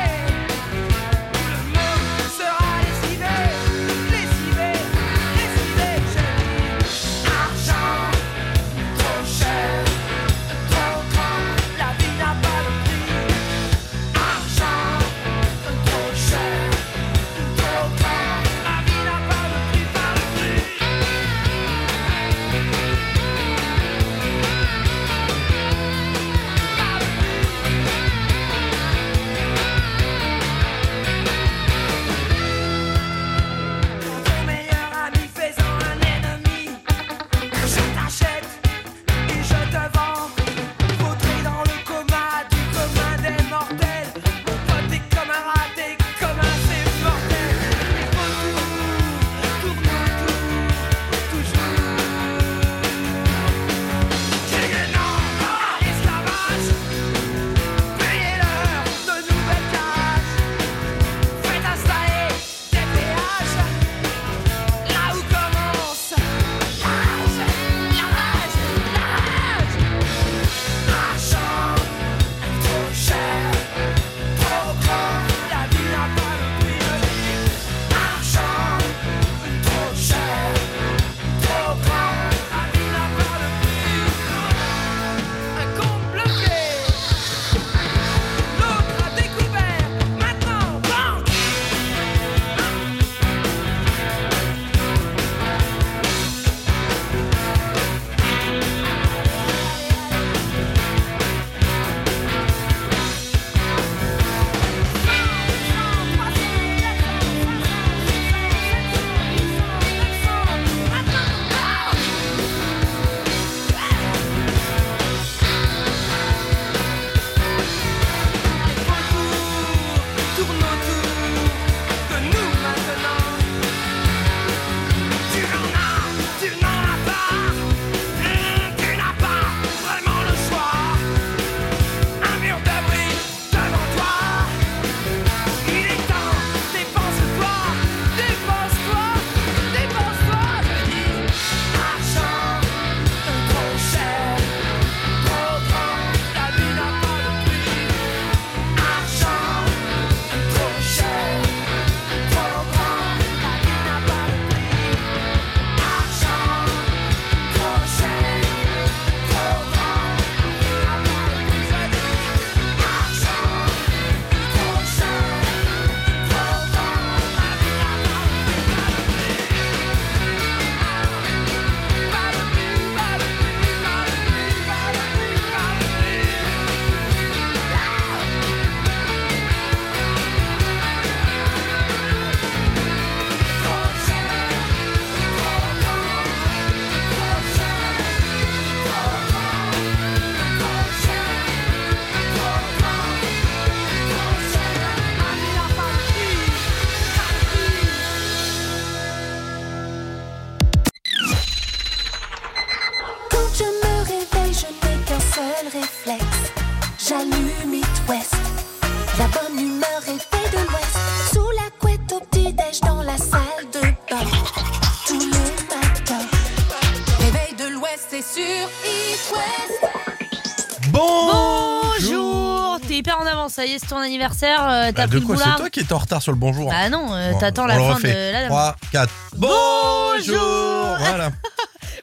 Speaker 3: ça y est, c'est ton anniversaire, euh, t'as
Speaker 2: Bah,
Speaker 3: pris
Speaker 2: de
Speaker 3: le
Speaker 2: quoi C'est
Speaker 3: boulard.
Speaker 2: toi qui es en retard sur le bonjour. hein.
Speaker 3: Bah non, euh,
Speaker 2: Bon,
Speaker 3: t'attends
Speaker 2: on
Speaker 3: la
Speaker 2: le
Speaker 3: fin
Speaker 2: refait.
Speaker 3: de la dame.
Speaker 2: 3, 4. Bonjour Voilà.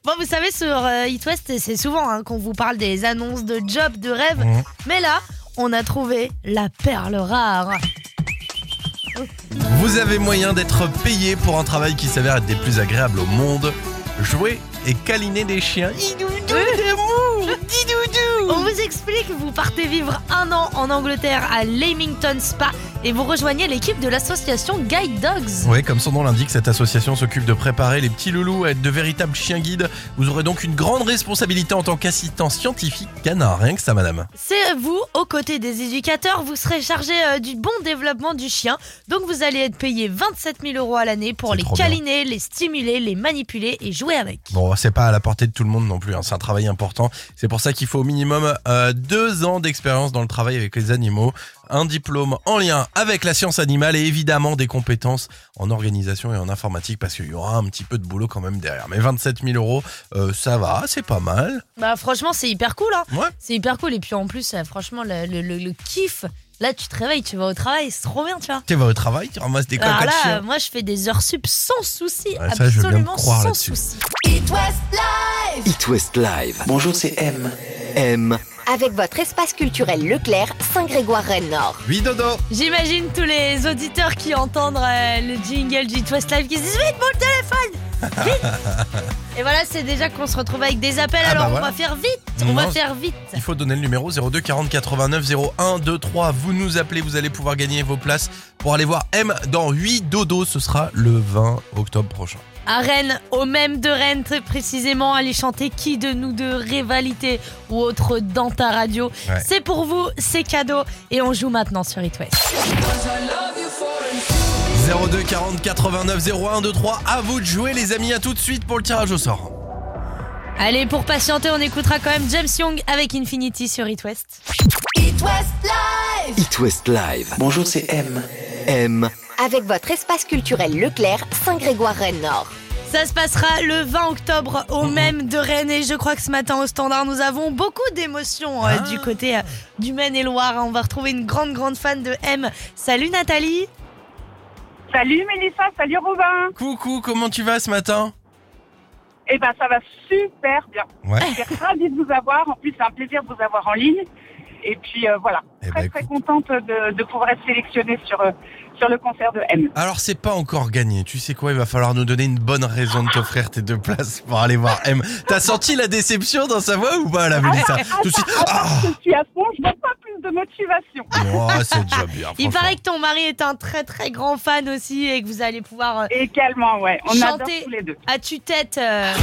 Speaker 3: Bon, vous savez, sur euh, It West, c'est souvent hein, qu'on vous parle des annonces de jobs, de rêves.
Speaker 2: Mhm.
Speaker 3: Mais là, on a trouvé la perle rare.
Speaker 2: Vous avez moyen d'être payé pour un travail qui s'avère être des plus agréables au monde. Jouer et câliner des chiens.
Speaker 3: On vous explique, vous partez vivre un an en Angleterre à Leamington Spa et vous rejoignez l'équipe de l'association Guide Dogs.
Speaker 2: Oui, comme son nom l'indique, cette association s'occupe de préparer les petits loulous à être de véritables chiens guides. Vous aurez donc une grande responsabilité en tant qu'assistant scientifique canard, rien que ça, madame.
Speaker 3: C'est vous, aux côtés des éducateurs, vous serez chargé euh, du bon développement du chien. Donc vous allez être payé 27 000 euros à l'année pour les
Speaker 2: trop bien.
Speaker 3: câliner, les stimuler, les manipuler et jouer avec.
Speaker 2: Bon, c'est pas à la portée de tout le monde non plus, hein, c'est un travail important. C'est pour ça qu'il faut au minimum euh, deux ans d'expérience dans le travail avec les animaux, un diplôme en lien avec la science animale et évidemment des compétences en organisation et en informatique parce qu'il y aura un petit peu de boulot quand même derrière. Mais 27 000 euros, euh, ça va, c'est pas mal.
Speaker 3: Bah franchement, c'est hyper cool. Hein.
Speaker 2: Ouais.
Speaker 3: C'est hyper cool. Et puis en plus, euh, franchement, le, le- le- le kiff. Là, tu te réveilles, tu vas au travail, c'est trop bien, tu vois.
Speaker 2: Tu vas au travail, tu ramasses des
Speaker 3: Alors
Speaker 2: caca de
Speaker 3: là,
Speaker 2: chien.
Speaker 3: euh, moi, je fais des heures sup sans souci,
Speaker 2: Ouais, ça, je veux bien te
Speaker 3: absolument
Speaker 2: croire
Speaker 3: sans
Speaker 2: là-dessus.
Speaker 3: souci.
Speaker 17: It West Live. Bonjour, c'est M. M.
Speaker 12: Avec votre espace culturel Leclerc, Saint-Grégoire-Rennes-Nord.
Speaker 2: Oui, dodo
Speaker 3: J'imagine tous les auditeurs qui entendent euh, le jingle du Twist Live qui se disent vite mon téléphone. Et voilà, c'est déjà qu'on se retrouve avec des appels.
Speaker 2: Ah,
Speaker 3: alors
Speaker 2: bah
Speaker 3: on
Speaker 2: voilà.
Speaker 3: va faire vite, on
Speaker 2: Non,
Speaker 3: va faire vite.
Speaker 2: Il faut donner le numéro 02 40 89 01 23. Vous nous appelez, vous allez pouvoir gagner vos places pour aller voir M dans 8 dodos. Ce sera le 20 octobre prochain.
Speaker 3: À Rennes, au même de Rennes, très précisément, allez chanter qui de nous deux, rivalité ou autre dans ta radio.
Speaker 2: Ouais.
Speaker 3: C'est pour vous, c'est cadeau. Et on joue maintenant sur It West.
Speaker 2: 02 40 89 01 23. À vous de jouer, les amis. À tout de suite pour le tirage au sort.
Speaker 3: Allez, pour patienter, on écoutera quand même James Young avec Infinity sur It West.
Speaker 17: It West Live. Bonjour, c'est M. M.
Speaker 12: Avec votre espace culturel Leclerc, Saint-Grégoire-Rennes-Nord.
Speaker 3: Ça se passera le 20 octobre au
Speaker 19: Mhm.
Speaker 3: même de Rennes et je crois que ce matin au standard nous avons beaucoup d'émotions euh,
Speaker 19: Ah.
Speaker 3: du côté euh, du Maine-et-Loire. On va retrouver une grande grande fan de M. Salut Nathalie.
Speaker 19: Salut Mélissa, salut Robin.
Speaker 2: Coucou, comment tu vas ce matin
Speaker 19: Eh ben ça va super bien.
Speaker 2: Ouais.
Speaker 19: Je suis ravie de vous avoir. En plus, c'est un plaisir de vous avoir en ligne. Et puis euh, voilà,
Speaker 2: ben,
Speaker 19: très très contente de, de pouvoir être sélectionnée sur, euh, sur le concert de M.
Speaker 2: Alors, c'est pas encore gagné. Tu sais quoi Il va falloir nous donner une bonne raison de t'offrir tes deux places pour aller voir M. T'as senti la déception dans sa voix ou pas, la Mélissa Tout de suite. Ah
Speaker 19: Je suis à fond, je vois pas plus de motivation.
Speaker 2: Oh, c'est déjà bien.
Speaker 3: Il
Speaker 2: franchement.
Speaker 3: paraît que ton mari est un très très grand fan aussi et que vous allez pouvoir euh,
Speaker 19: Également, ouais. On adore
Speaker 3: chanter
Speaker 19: tous les deux.
Speaker 3: à tue-tête. euh.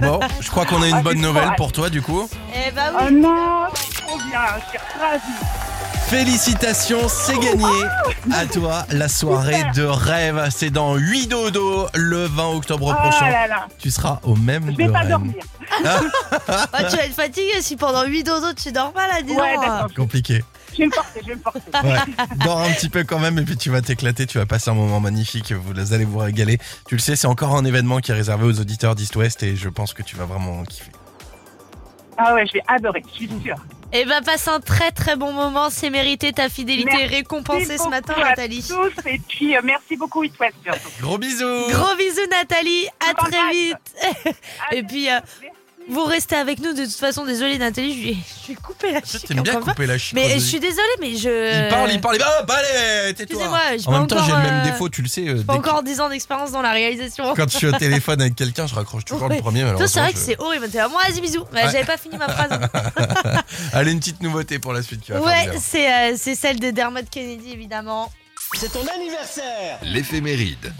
Speaker 2: Bon, je crois qu'on a une
Speaker 19: Ah,
Speaker 2: bonne
Speaker 19: j'ai trop
Speaker 2: nouvelle
Speaker 19: hâte.
Speaker 2: pour toi du coup.
Speaker 3: Eh bah
Speaker 19: oui. Oh non, c'est trop bien, je suis ravie.
Speaker 2: Félicitations, c'est gagné. À toi, la soirée de rêve. C'est dans 8 dodo le 20 octobre
Speaker 19: Oh
Speaker 2: prochain.
Speaker 19: là là.
Speaker 2: Tu seras au même
Speaker 19: Je vais
Speaker 2: de
Speaker 19: pas
Speaker 2: Rennes.
Speaker 19: dormir.
Speaker 3: Bah, tu vas être fatigué si pendant 8 dodos tu dors pas là, dis
Speaker 19: Ah. Ouais,
Speaker 3: donc.
Speaker 19: d'accord.
Speaker 2: Compliqué.
Speaker 19: Je vais me porter, je vais me porter.
Speaker 2: Ouais. Dors un petit peu quand même et puis tu vas t'éclater, tu vas passer un moment magnifique, vous allez vous régaler. Tu le sais, c'est encore un événement qui est réservé aux auditeurs d'East West et je pense que tu vas vraiment kiffer.
Speaker 19: Ah ouais, je vais adorer, je suis sûre.
Speaker 3: Eh ben passe un très très bon moment, c'est mérité ta fidélité est récompensée ce
Speaker 19: beaucoup
Speaker 3: matin
Speaker 19: à
Speaker 3: Nathalie.
Speaker 19: tous et puis euh, merci beaucoup It West surtout.
Speaker 2: Gros bisous.
Speaker 3: Gros bisous Nathalie, à
Speaker 19: Bonne
Speaker 3: très vite. Et puis euh, vous restez avec nous de toute façon, désolée Nathalie, je lui- je suis coupée la chic.
Speaker 2: T'aimes bien
Speaker 3: encore une
Speaker 2: couper la
Speaker 3: fois.
Speaker 2: chic.
Speaker 3: Mais euh,
Speaker 2: Rosalie.
Speaker 3: je suis désolée mais je
Speaker 2: Il parle, il parle, il parle. Hop, allez, tais-toi.
Speaker 3: Excusez-moi, j'ai
Speaker 2: En
Speaker 3: pas
Speaker 2: même temps, j'ai le
Speaker 3: encore,
Speaker 2: même
Speaker 3: euh,
Speaker 2: défaut, tu le sais. euh,
Speaker 3: j'ai pas
Speaker 2: dès
Speaker 3: encore 10 ans d'expérience dans la réalisation.
Speaker 2: que- Quand je suis au téléphone avec quelqu'un, je raccroche toujours le
Speaker 3: Ouais.
Speaker 2: premier.
Speaker 3: Toi, c'est
Speaker 2: malheureusement,
Speaker 3: vrai que
Speaker 2: je-
Speaker 3: c'est horrible. T'es vraiment, vas-y, bisous. Bah,
Speaker 2: Ouais.
Speaker 3: J'avais pas fini ma phrase.
Speaker 2: Allez, une petite nouveauté pour la suite. qui va faire
Speaker 3: ouais,
Speaker 2: bizarre.
Speaker 3: c'est euh, c'est celle de Dermot Kennedy, évidemment.
Speaker 10: C'est ton anniversaire
Speaker 4: L'éphéméride.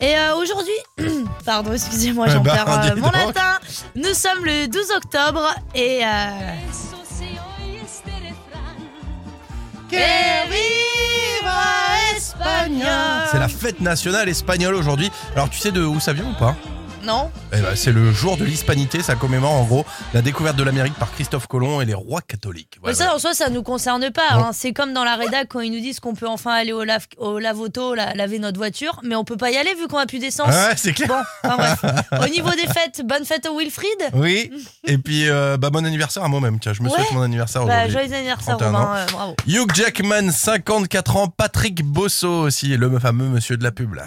Speaker 3: Et euh, aujourd'hui, pardon, excusez-moi,
Speaker 4: Eh
Speaker 3: j'en
Speaker 4: ben,
Speaker 3: perds euh,
Speaker 4: dis
Speaker 3: mon
Speaker 4: donc.
Speaker 3: latin. Nous sommes le 12 octobre et. euh, Que viva España
Speaker 2: C'est la fête nationale espagnole aujourd'hui. Alors, tu sais de où ça vient ou pas
Speaker 3: Non
Speaker 2: Eh ben, c'est le jour de l'hispanité, ça commémore en gros la découverte de l'Amérique par Christophe Colomb et les rois catholiques.
Speaker 3: Mais
Speaker 2: Voilà.
Speaker 3: ça, en soi, ça nous concerne pas.
Speaker 2: Non.
Speaker 3: hein. C'est comme dans la rédac quand ils nous disent qu'on peut enfin aller au, lave au lavoto, la- laver notre voiture, mais on peut pas y aller vu qu'on a plus d'essence.
Speaker 2: Ah ouais, c'est clair.
Speaker 3: Bon, enfin, bref. Au niveau des fêtes, bonne fête au Wilfried.
Speaker 2: Oui, et puis euh, bah, bon anniversaire à moi-même, tiens, je me
Speaker 3: Ouais.
Speaker 2: souhaite mon anniversaire
Speaker 3: Bah,
Speaker 2: aujourd'hui.
Speaker 3: joyeux anniversaire,
Speaker 2: 31
Speaker 3: Romain.
Speaker 2: ans.
Speaker 3: euh, bravo.
Speaker 2: Hugh Jackman, 54 ans, Patrick Bosso aussi, le fameux monsieur de la pub là.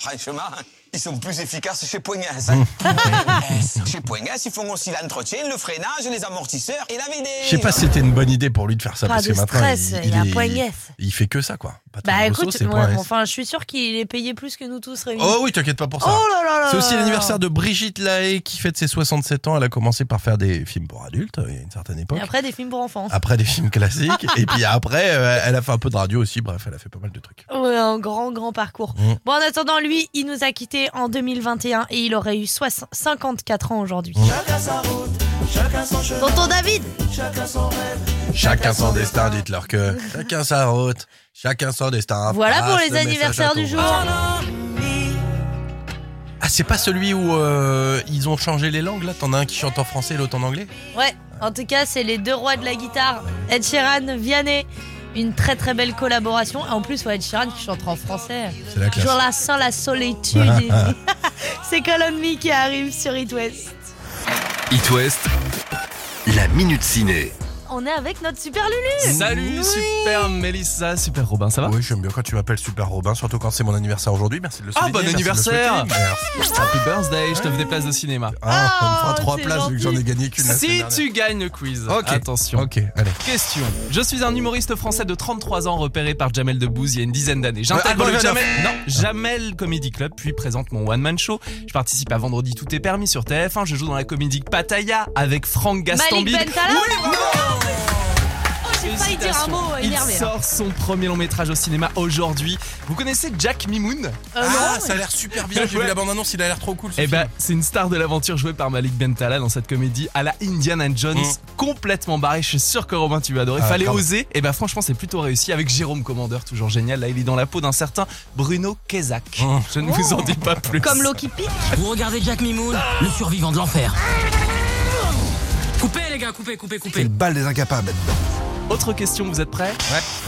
Speaker 9: Franchement, Ah, ils sont plus efficaces chez Poignas.
Speaker 16: Mmh.
Speaker 9: hein. Poignas. chez Poignas, ils font aussi l'entretien, le freinage, les amortisseurs et la VD.
Speaker 2: Je sais pas si c'était une bonne idée pour lui de faire ça
Speaker 3: Pas
Speaker 2: parce
Speaker 3: Ah, de
Speaker 2: que maintenant
Speaker 3: stress,
Speaker 2: il,
Speaker 3: il a
Speaker 2: est-
Speaker 3: Poignet.
Speaker 2: il fait que ça quoi. Patrick
Speaker 3: Bah
Speaker 2: Bosso,
Speaker 3: écoute,
Speaker 2: c'est
Speaker 3: ouais,
Speaker 2: Poignet.
Speaker 3: enfin, je suis sûr qu'il est payé plus que nous tous réunis.
Speaker 2: Oh oui, t'inquiète pas pour ça.
Speaker 3: Oh là là là
Speaker 2: C'est
Speaker 3: là
Speaker 2: aussi
Speaker 3: là
Speaker 2: l'anniversaire de Brigitte Lahaye qui fête ses 67 ans. Elle a commencé par faire des films pour adultes euh, il y a une certaine époque.
Speaker 3: Et après, des films pour enfants.
Speaker 2: Après des films classiques. et puis après, euh, elle a fait un peu de radio aussi. Bref, elle a fait pas mal de trucs.
Speaker 3: Ah Ouais, un grand, grand parcours.
Speaker 2: Mm.
Speaker 3: Bon, en attendant, lui, il nous a quittés en 2021 et il aurait eu 60 54 ans aujourd'hui. Tonton David
Speaker 2: Chacun son destin, dites-leur que. Chacun sa route. Chacun son destin.
Speaker 3: Voilà pour
Speaker 2: Passe
Speaker 3: les
Speaker 2: le
Speaker 3: anniversaires du
Speaker 2: message
Speaker 3: jour.
Speaker 2: à ton- Ah, c'est pas celui où euh, ils ont changé les langues là T'en as un qui chante en français et l'autre en anglais
Speaker 3: Ouais, en tout cas, c'est les deux rois de la guitare, Ed Sheeran, Vianney. Une très très belle collaboration. Et en plus, ouais, Ed Sheeran qui chante en français.
Speaker 2: C'est la classe.
Speaker 3: Je la sens la solitude. c'est Call on Me qui arrive sur It West.
Speaker 4: It West, la minute ciné.
Speaker 3: On est avec notre super Lulu.
Speaker 7: Salut, super Mélissa, super Robin, ça va
Speaker 2: Oui, j'aime bien quand tu m'appelles Super Robin, surtout quand c'est mon anniversaire aujourd'hui. Merci de le
Speaker 7: Ah,
Speaker 2: souligner.
Speaker 7: bon
Speaker 2: merci de le
Speaker 7: anniversaire
Speaker 2: souhaiter. Merci.
Speaker 7: Happy birthday, je t'offre des places de cinéma.
Speaker 2: Ah, ça me fera trois places vu que j'en ai gagné qu'une la semaine
Speaker 7: Si
Speaker 2: dernière.
Speaker 7: tu gagnes le quiz,
Speaker 2: Ok.
Speaker 7: attention.
Speaker 2: Ok, allez.
Speaker 7: Question. Je suis un humoriste français de 33 ans repéré par Jamel Debbouze il y a une dizaine d'années.
Speaker 2: Ouais,
Speaker 7: J'intègre
Speaker 2: Alban
Speaker 7: le
Speaker 2: Ivanov.
Speaker 7: Jamel, non, Jamel Comedy Club, puis présente mon one-man show. Je participe à Vendredi Tout est permis sur TF1. Je joue dans la comédie Pataya avec Franck Gastambide.
Speaker 3: Malik Bentala
Speaker 7: Oui, bravo
Speaker 3: Oh, j'ai failli dire un mot euh,
Speaker 7: il
Speaker 3: énervé. là.
Speaker 7: sort son premier long métrage au cinéma aujourd'hui. Vous connaissez Jack Mimoun
Speaker 3: Euh,
Speaker 2: Ah,
Speaker 3: non,
Speaker 2: ça a l'air super bien. J'ai vu
Speaker 7: Ouais.
Speaker 2: la bande-annonce, il a l'air trop cool. ce
Speaker 7: Eh ben,
Speaker 2: film.
Speaker 7: c'est une star de l'aventure jouée par Malik Bentala dans cette comédie à la Indiana Jones,
Speaker 2: Mm.
Speaker 7: complètement barré. Je suis sûr que Robin, tu vas adorer.
Speaker 2: Ah,
Speaker 7: Fallait
Speaker 2: grave.
Speaker 7: oser. Eh ben, franchement, c'est plutôt réussi avec Jérôme Commandeur, toujours génial. Là, il est dans la peau d'un certain Bruno Kézak.
Speaker 2: Mm.
Speaker 7: Je ne
Speaker 2: Oh.
Speaker 7: vous en dis pas plus.
Speaker 8: Comme
Speaker 3: l'eau qui pique.
Speaker 8: Vous regardez Jack Mimoun, le survivant de l'enfer. Coupez les gars, coupez, coupez, coupez.
Speaker 17: Balle des incapables.
Speaker 7: Autre question, vous êtes prêts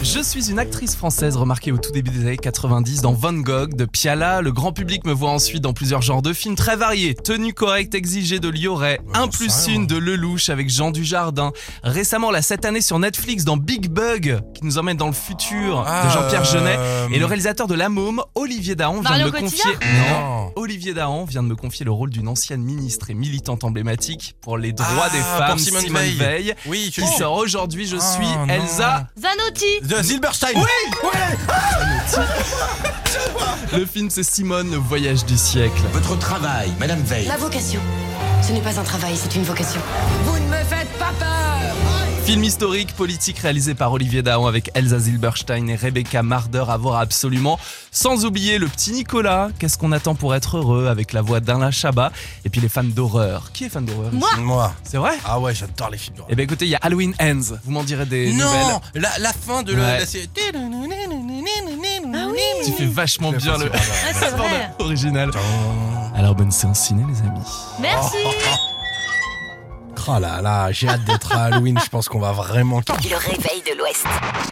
Speaker 7: Je suis une actrice française remarquée au tout début des années 90 dans Van Gogh, de Piala. Le grand public me voit ensuite dans plusieurs genres de films très variés. Tenue correcte exigée de Lioret, 1 plus
Speaker 2: hein.
Speaker 7: 1 de Lelouch avec Jean Dujardin. Récemment, là, cette année sur Netflix, dans Big Bug, qui nous emmène dans le futur
Speaker 2: Ah,
Speaker 7: de Jean-Pierre Jeunet.
Speaker 2: euh,
Speaker 7: Et le réalisateur de La Môme, Olivier Daon, vient
Speaker 3: Mario
Speaker 7: de me confier...
Speaker 3: Cotillard
Speaker 2: Non.
Speaker 7: Olivier Dahan vient de me confier le rôle d'une ancienne ministre et militante emblématique pour les droits
Speaker 2: Ah,
Speaker 7: des
Speaker 2: pour
Speaker 7: femmes,
Speaker 2: Simone
Speaker 7: Simone,
Speaker 2: Veil.
Speaker 7: Veil.
Speaker 2: Oui, je
Speaker 7: qui
Speaker 2: sais.
Speaker 7: sort aujourd'hui. Je suis
Speaker 2: non.
Speaker 7: Elsa.
Speaker 3: Zanotti.
Speaker 2: The Zilberstein.
Speaker 7: Le film, c'est Simone, le voyage du siècle.
Speaker 17: Votre travail, Madame Veil.
Speaker 20: La vocation. Ce n'est pas un travail, c'est une vocation. Vous ne me faites pas peur
Speaker 7: Film historique, politique, réalisé par Olivier Dahan avec Elsa Zilberstein et Rebecca Marder à voir absolument. Sans oublier le petit Nicolas. Qu'est-ce qu'on attend pour être heureux avec la voix d'Alain Chabat. Et puis les fans d'horreur. Qui est fan d'horreur ici
Speaker 2: Moi.
Speaker 7: C'est vrai
Speaker 2: Ah ouais, j'adore les films d'horreur.
Speaker 7: Eh bien écoutez, il y a Halloween Ends. Vous m'en direz des nouvelles.
Speaker 2: Non, la, la fin de la-
Speaker 7: Ouais.
Speaker 2: la série.
Speaker 3: Ah oui.
Speaker 7: Tu fais vachement bien le
Speaker 3: Ouais, Ah, c'est vrai.
Speaker 7: original. Alors bonne séance ciné les amis.
Speaker 3: Merci.
Speaker 2: Oh là là, j'ai hâte d'être à Halloween. Je pense qu'on va vraiment kiffer.
Speaker 12: Le réveil de l'Ouest.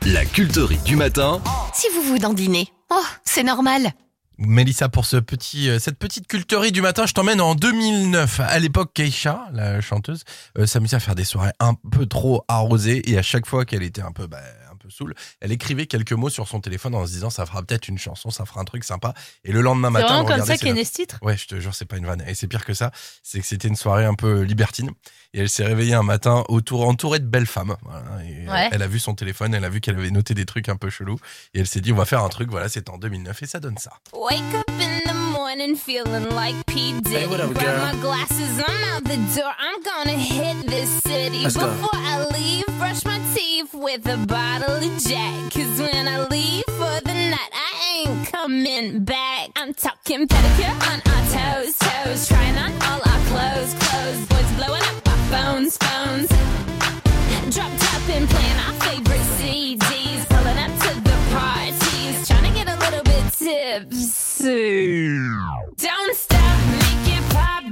Speaker 4: La culterie du matin.
Speaker 12: Si vous vous dandinez, oh, c'est normal.
Speaker 2: Mélissa, pour ce petit, euh, cette petite culterie du matin, je t'emmène en 2009. À l'époque, Keisha, la chanteuse, euh, s'amusait à faire des soirées un peu trop arrosées et à chaque fois qu'elle était un peu, bah, un peu saoule, elle écrivait quelques mots sur son téléphone en se disant ça fera peut-être une chanson, ça fera un truc sympa. Et le lendemain
Speaker 3: C'est
Speaker 2: matin,
Speaker 3: vraiment
Speaker 2: elle
Speaker 3: comme
Speaker 2: regardait
Speaker 3: ça
Speaker 2: ses
Speaker 3: qu'est
Speaker 2: notes.
Speaker 3: né ce titre.
Speaker 2: Ouais, je te jure, c'est pas une vanne. Et c'est pire que ça, c'est que c'était une soirée un peu libertine. Et elle s'est réveillée un matin autour, entourée de belles femmes. Voilà. Et euh,
Speaker 3: Ouais.
Speaker 2: Elle a vu son téléphone, elle a vu qu'elle avait noté des trucs un peu chelous. Et elle s'est dit, on va faire un truc. Voilà, c'était en 2009 et ça donne ça.
Speaker 21: Wake up in the morning feeling like P. Diddy.
Speaker 2: Hey, what up,
Speaker 21: Grab
Speaker 2: girl?
Speaker 21: my glasses, I'm out the door. I'm gonna hit this city.
Speaker 22: Let's go.
Speaker 21: Before I leave, brush my teeth with a bottle of Jack. Cause when I leave for the night, I ain't coming back. I'm talking pedicure on our toes, toes. Trying on all our clothes, clothes. Boys blowing up our phones, phones. Dropped up and playing our favorite CDs. Pulling up to the parties. Trying to get a little bit tipsy. Don't stop, make it pop.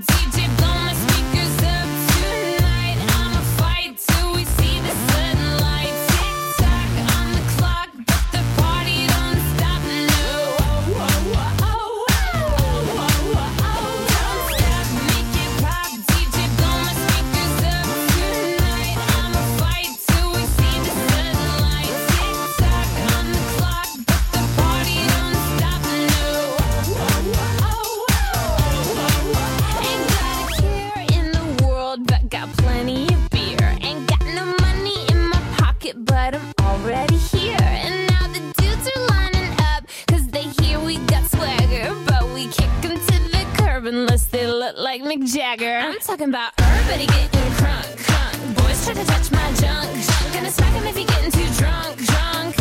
Speaker 21: talking about everybody getting crunk, crunk. Boys try to touch my junk, junk. Gonna smack him if he getting too drunk, drunk.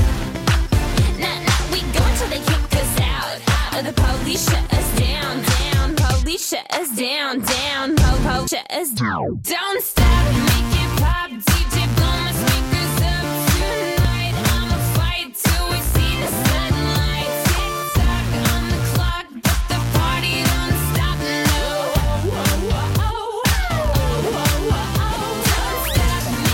Speaker 21: Nah, nah, we go until they kick us out, out. Or the police shut us down, down. Police shut us down, down. Po, po, shut us down. Don't stop, make it pop. DJ blow my speakers up tonight. I'ma fight till we see the sunlight. Tick tock on the clock, but the party don't stop. No. Don't stop, make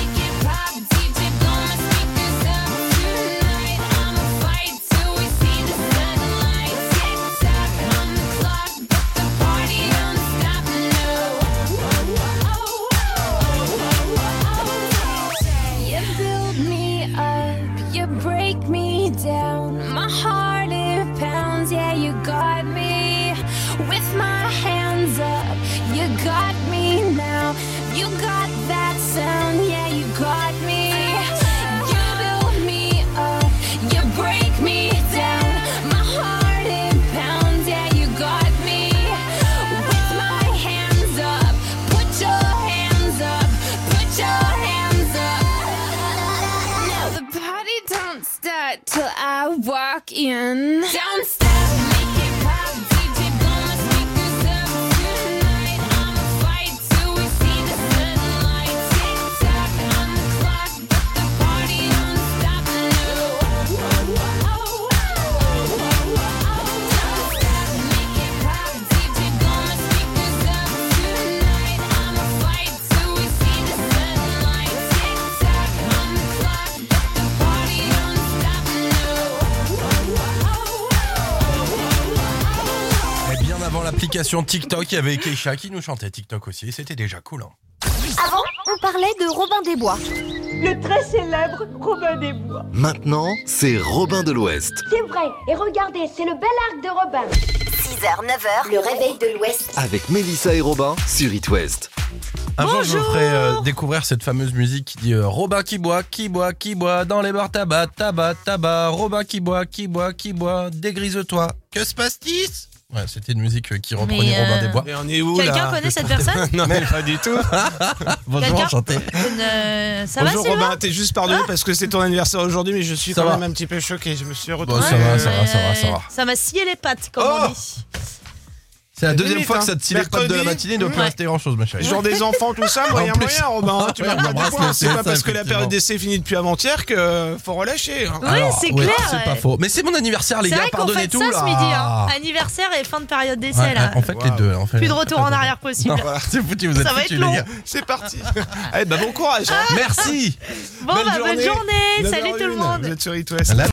Speaker 21: it pop. DJ blow my speakers up tonight. I'ma fight till we see the sunlight. Tick tock on the clock, but the party don't stop. No. You build me up, you break me down. My heart it pounds, yeah, you got me. With my hands up, you got me now. You got that sound, yeah, you got me. You build me up, you break me down. My heart it pounds, yeah, you got me. With my hands up, put your hands up, put your hands up. Now the party don't start till I walk in. Don't stop. make it pop. DJ blow my speakers up tonight. I'ma fight till we see the sunlight. Tick tock on the clock, but the party don't stop. No. Don't stop. make it pop. DJ blow my speakers up tonight. I'ma fight till we see the sunlight. Tick tock on the clock, but the party don't stop.
Speaker 2: Et bien avant l'application TikTok, il y avait Keisha qui nous chantait TikTok aussi. Et c'était déjà cool. hein.
Speaker 12: Avant, on parlait de Robin des Bois.
Speaker 5: Le très célèbre Robin des Bois.
Speaker 4: Maintenant, c'est Robin de l'Ouest
Speaker 5: C'est vrai, et regardez, c'est le bel arc de Robin.
Speaker 12: 6h, 9h, le réveil de l'Ouest.
Speaker 4: avec Mélissa et Robin sur It West.
Speaker 2: Avant, je vous ferai euh, découvrir cette fameuse musique qui dit euh, Robin qui boit, qui boit, qui boit dans les bars tabac, tabac, tabac. Robin qui boit, qui boit, qui boit. Dégrise-toi. Que se passe-t-il Ouais, c'était une musique euh, qui reprenait
Speaker 3: euh,
Speaker 2: Robin des Bois.
Speaker 3: Et
Speaker 2: on
Speaker 3: est où, Quelqu'un là connaît cette personne
Speaker 2: Non, mais pas du tout. Bonjour,
Speaker 3: Quelqu'un
Speaker 2: enchanté.
Speaker 3: Une, euh, ça
Speaker 16: Bonjour
Speaker 3: va, Sylvain
Speaker 16: Robin, Ah, t'es juste pardonné parce que c'est ton anniversaire aujourd'hui, mais je suis
Speaker 2: Ça
Speaker 16: quand
Speaker 2: va.
Speaker 16: même un petit peu choqué. Je me suis retrouvé.
Speaker 2: Bon, ça va, ça va, ça va, ça va. Oh.
Speaker 3: Ça m'a scié les pattes, comme on dit.
Speaker 2: C'est la
Speaker 16: C'est
Speaker 2: deuxième
Speaker 16: limite,
Speaker 2: fois
Speaker 16: hein.
Speaker 2: que ça te tire les pattes de la
Speaker 16: Mercredi.
Speaker 2: matinée, donc
Speaker 16: Ouais.
Speaker 2: rester grand chose, ma chérie.
Speaker 16: euh, Genre des enfants, tout ça, moyen,
Speaker 2: En plus.
Speaker 16: moyen, Robin. hein, tu
Speaker 2: Ouais,
Speaker 16: marques
Speaker 2: on
Speaker 16: des
Speaker 2: embrasse
Speaker 16: points.
Speaker 2: le
Speaker 16: C'est pas parce
Speaker 2: CSA,
Speaker 16: que la
Speaker 2: effectivement.
Speaker 16: période d'essai est finie depuis avant-hier que euh, faut relâcher. hein.
Speaker 3: Ouais, c'est clair, ouais.
Speaker 2: Ah, C'est pas faux. Mais c'est mon anniversaire, les
Speaker 3: C'est
Speaker 2: gars,
Speaker 3: vrai qu'on
Speaker 2: pardonnez
Speaker 3: fête
Speaker 2: tout.
Speaker 3: ça
Speaker 2: là.
Speaker 3: ce midi. hein. Anniversaire et fin de période d'essai,
Speaker 2: Ouais,
Speaker 3: là.
Speaker 2: En fait, les deux. en fait.
Speaker 3: Plus de retour en arrière possible.
Speaker 2: Voilà, C'est foutu, vous êtes
Speaker 3: Ça va
Speaker 2: foutus,
Speaker 3: être long.
Speaker 2: les gars.
Speaker 16: C'est parti. Eh ben bon courage. hein.
Speaker 2: Merci.
Speaker 3: Bon, bah, bonne journée. Salut tout le
Speaker 16: 9h01,
Speaker 3: monde.
Speaker 16: Vous êtes sur It West.
Speaker 2: La-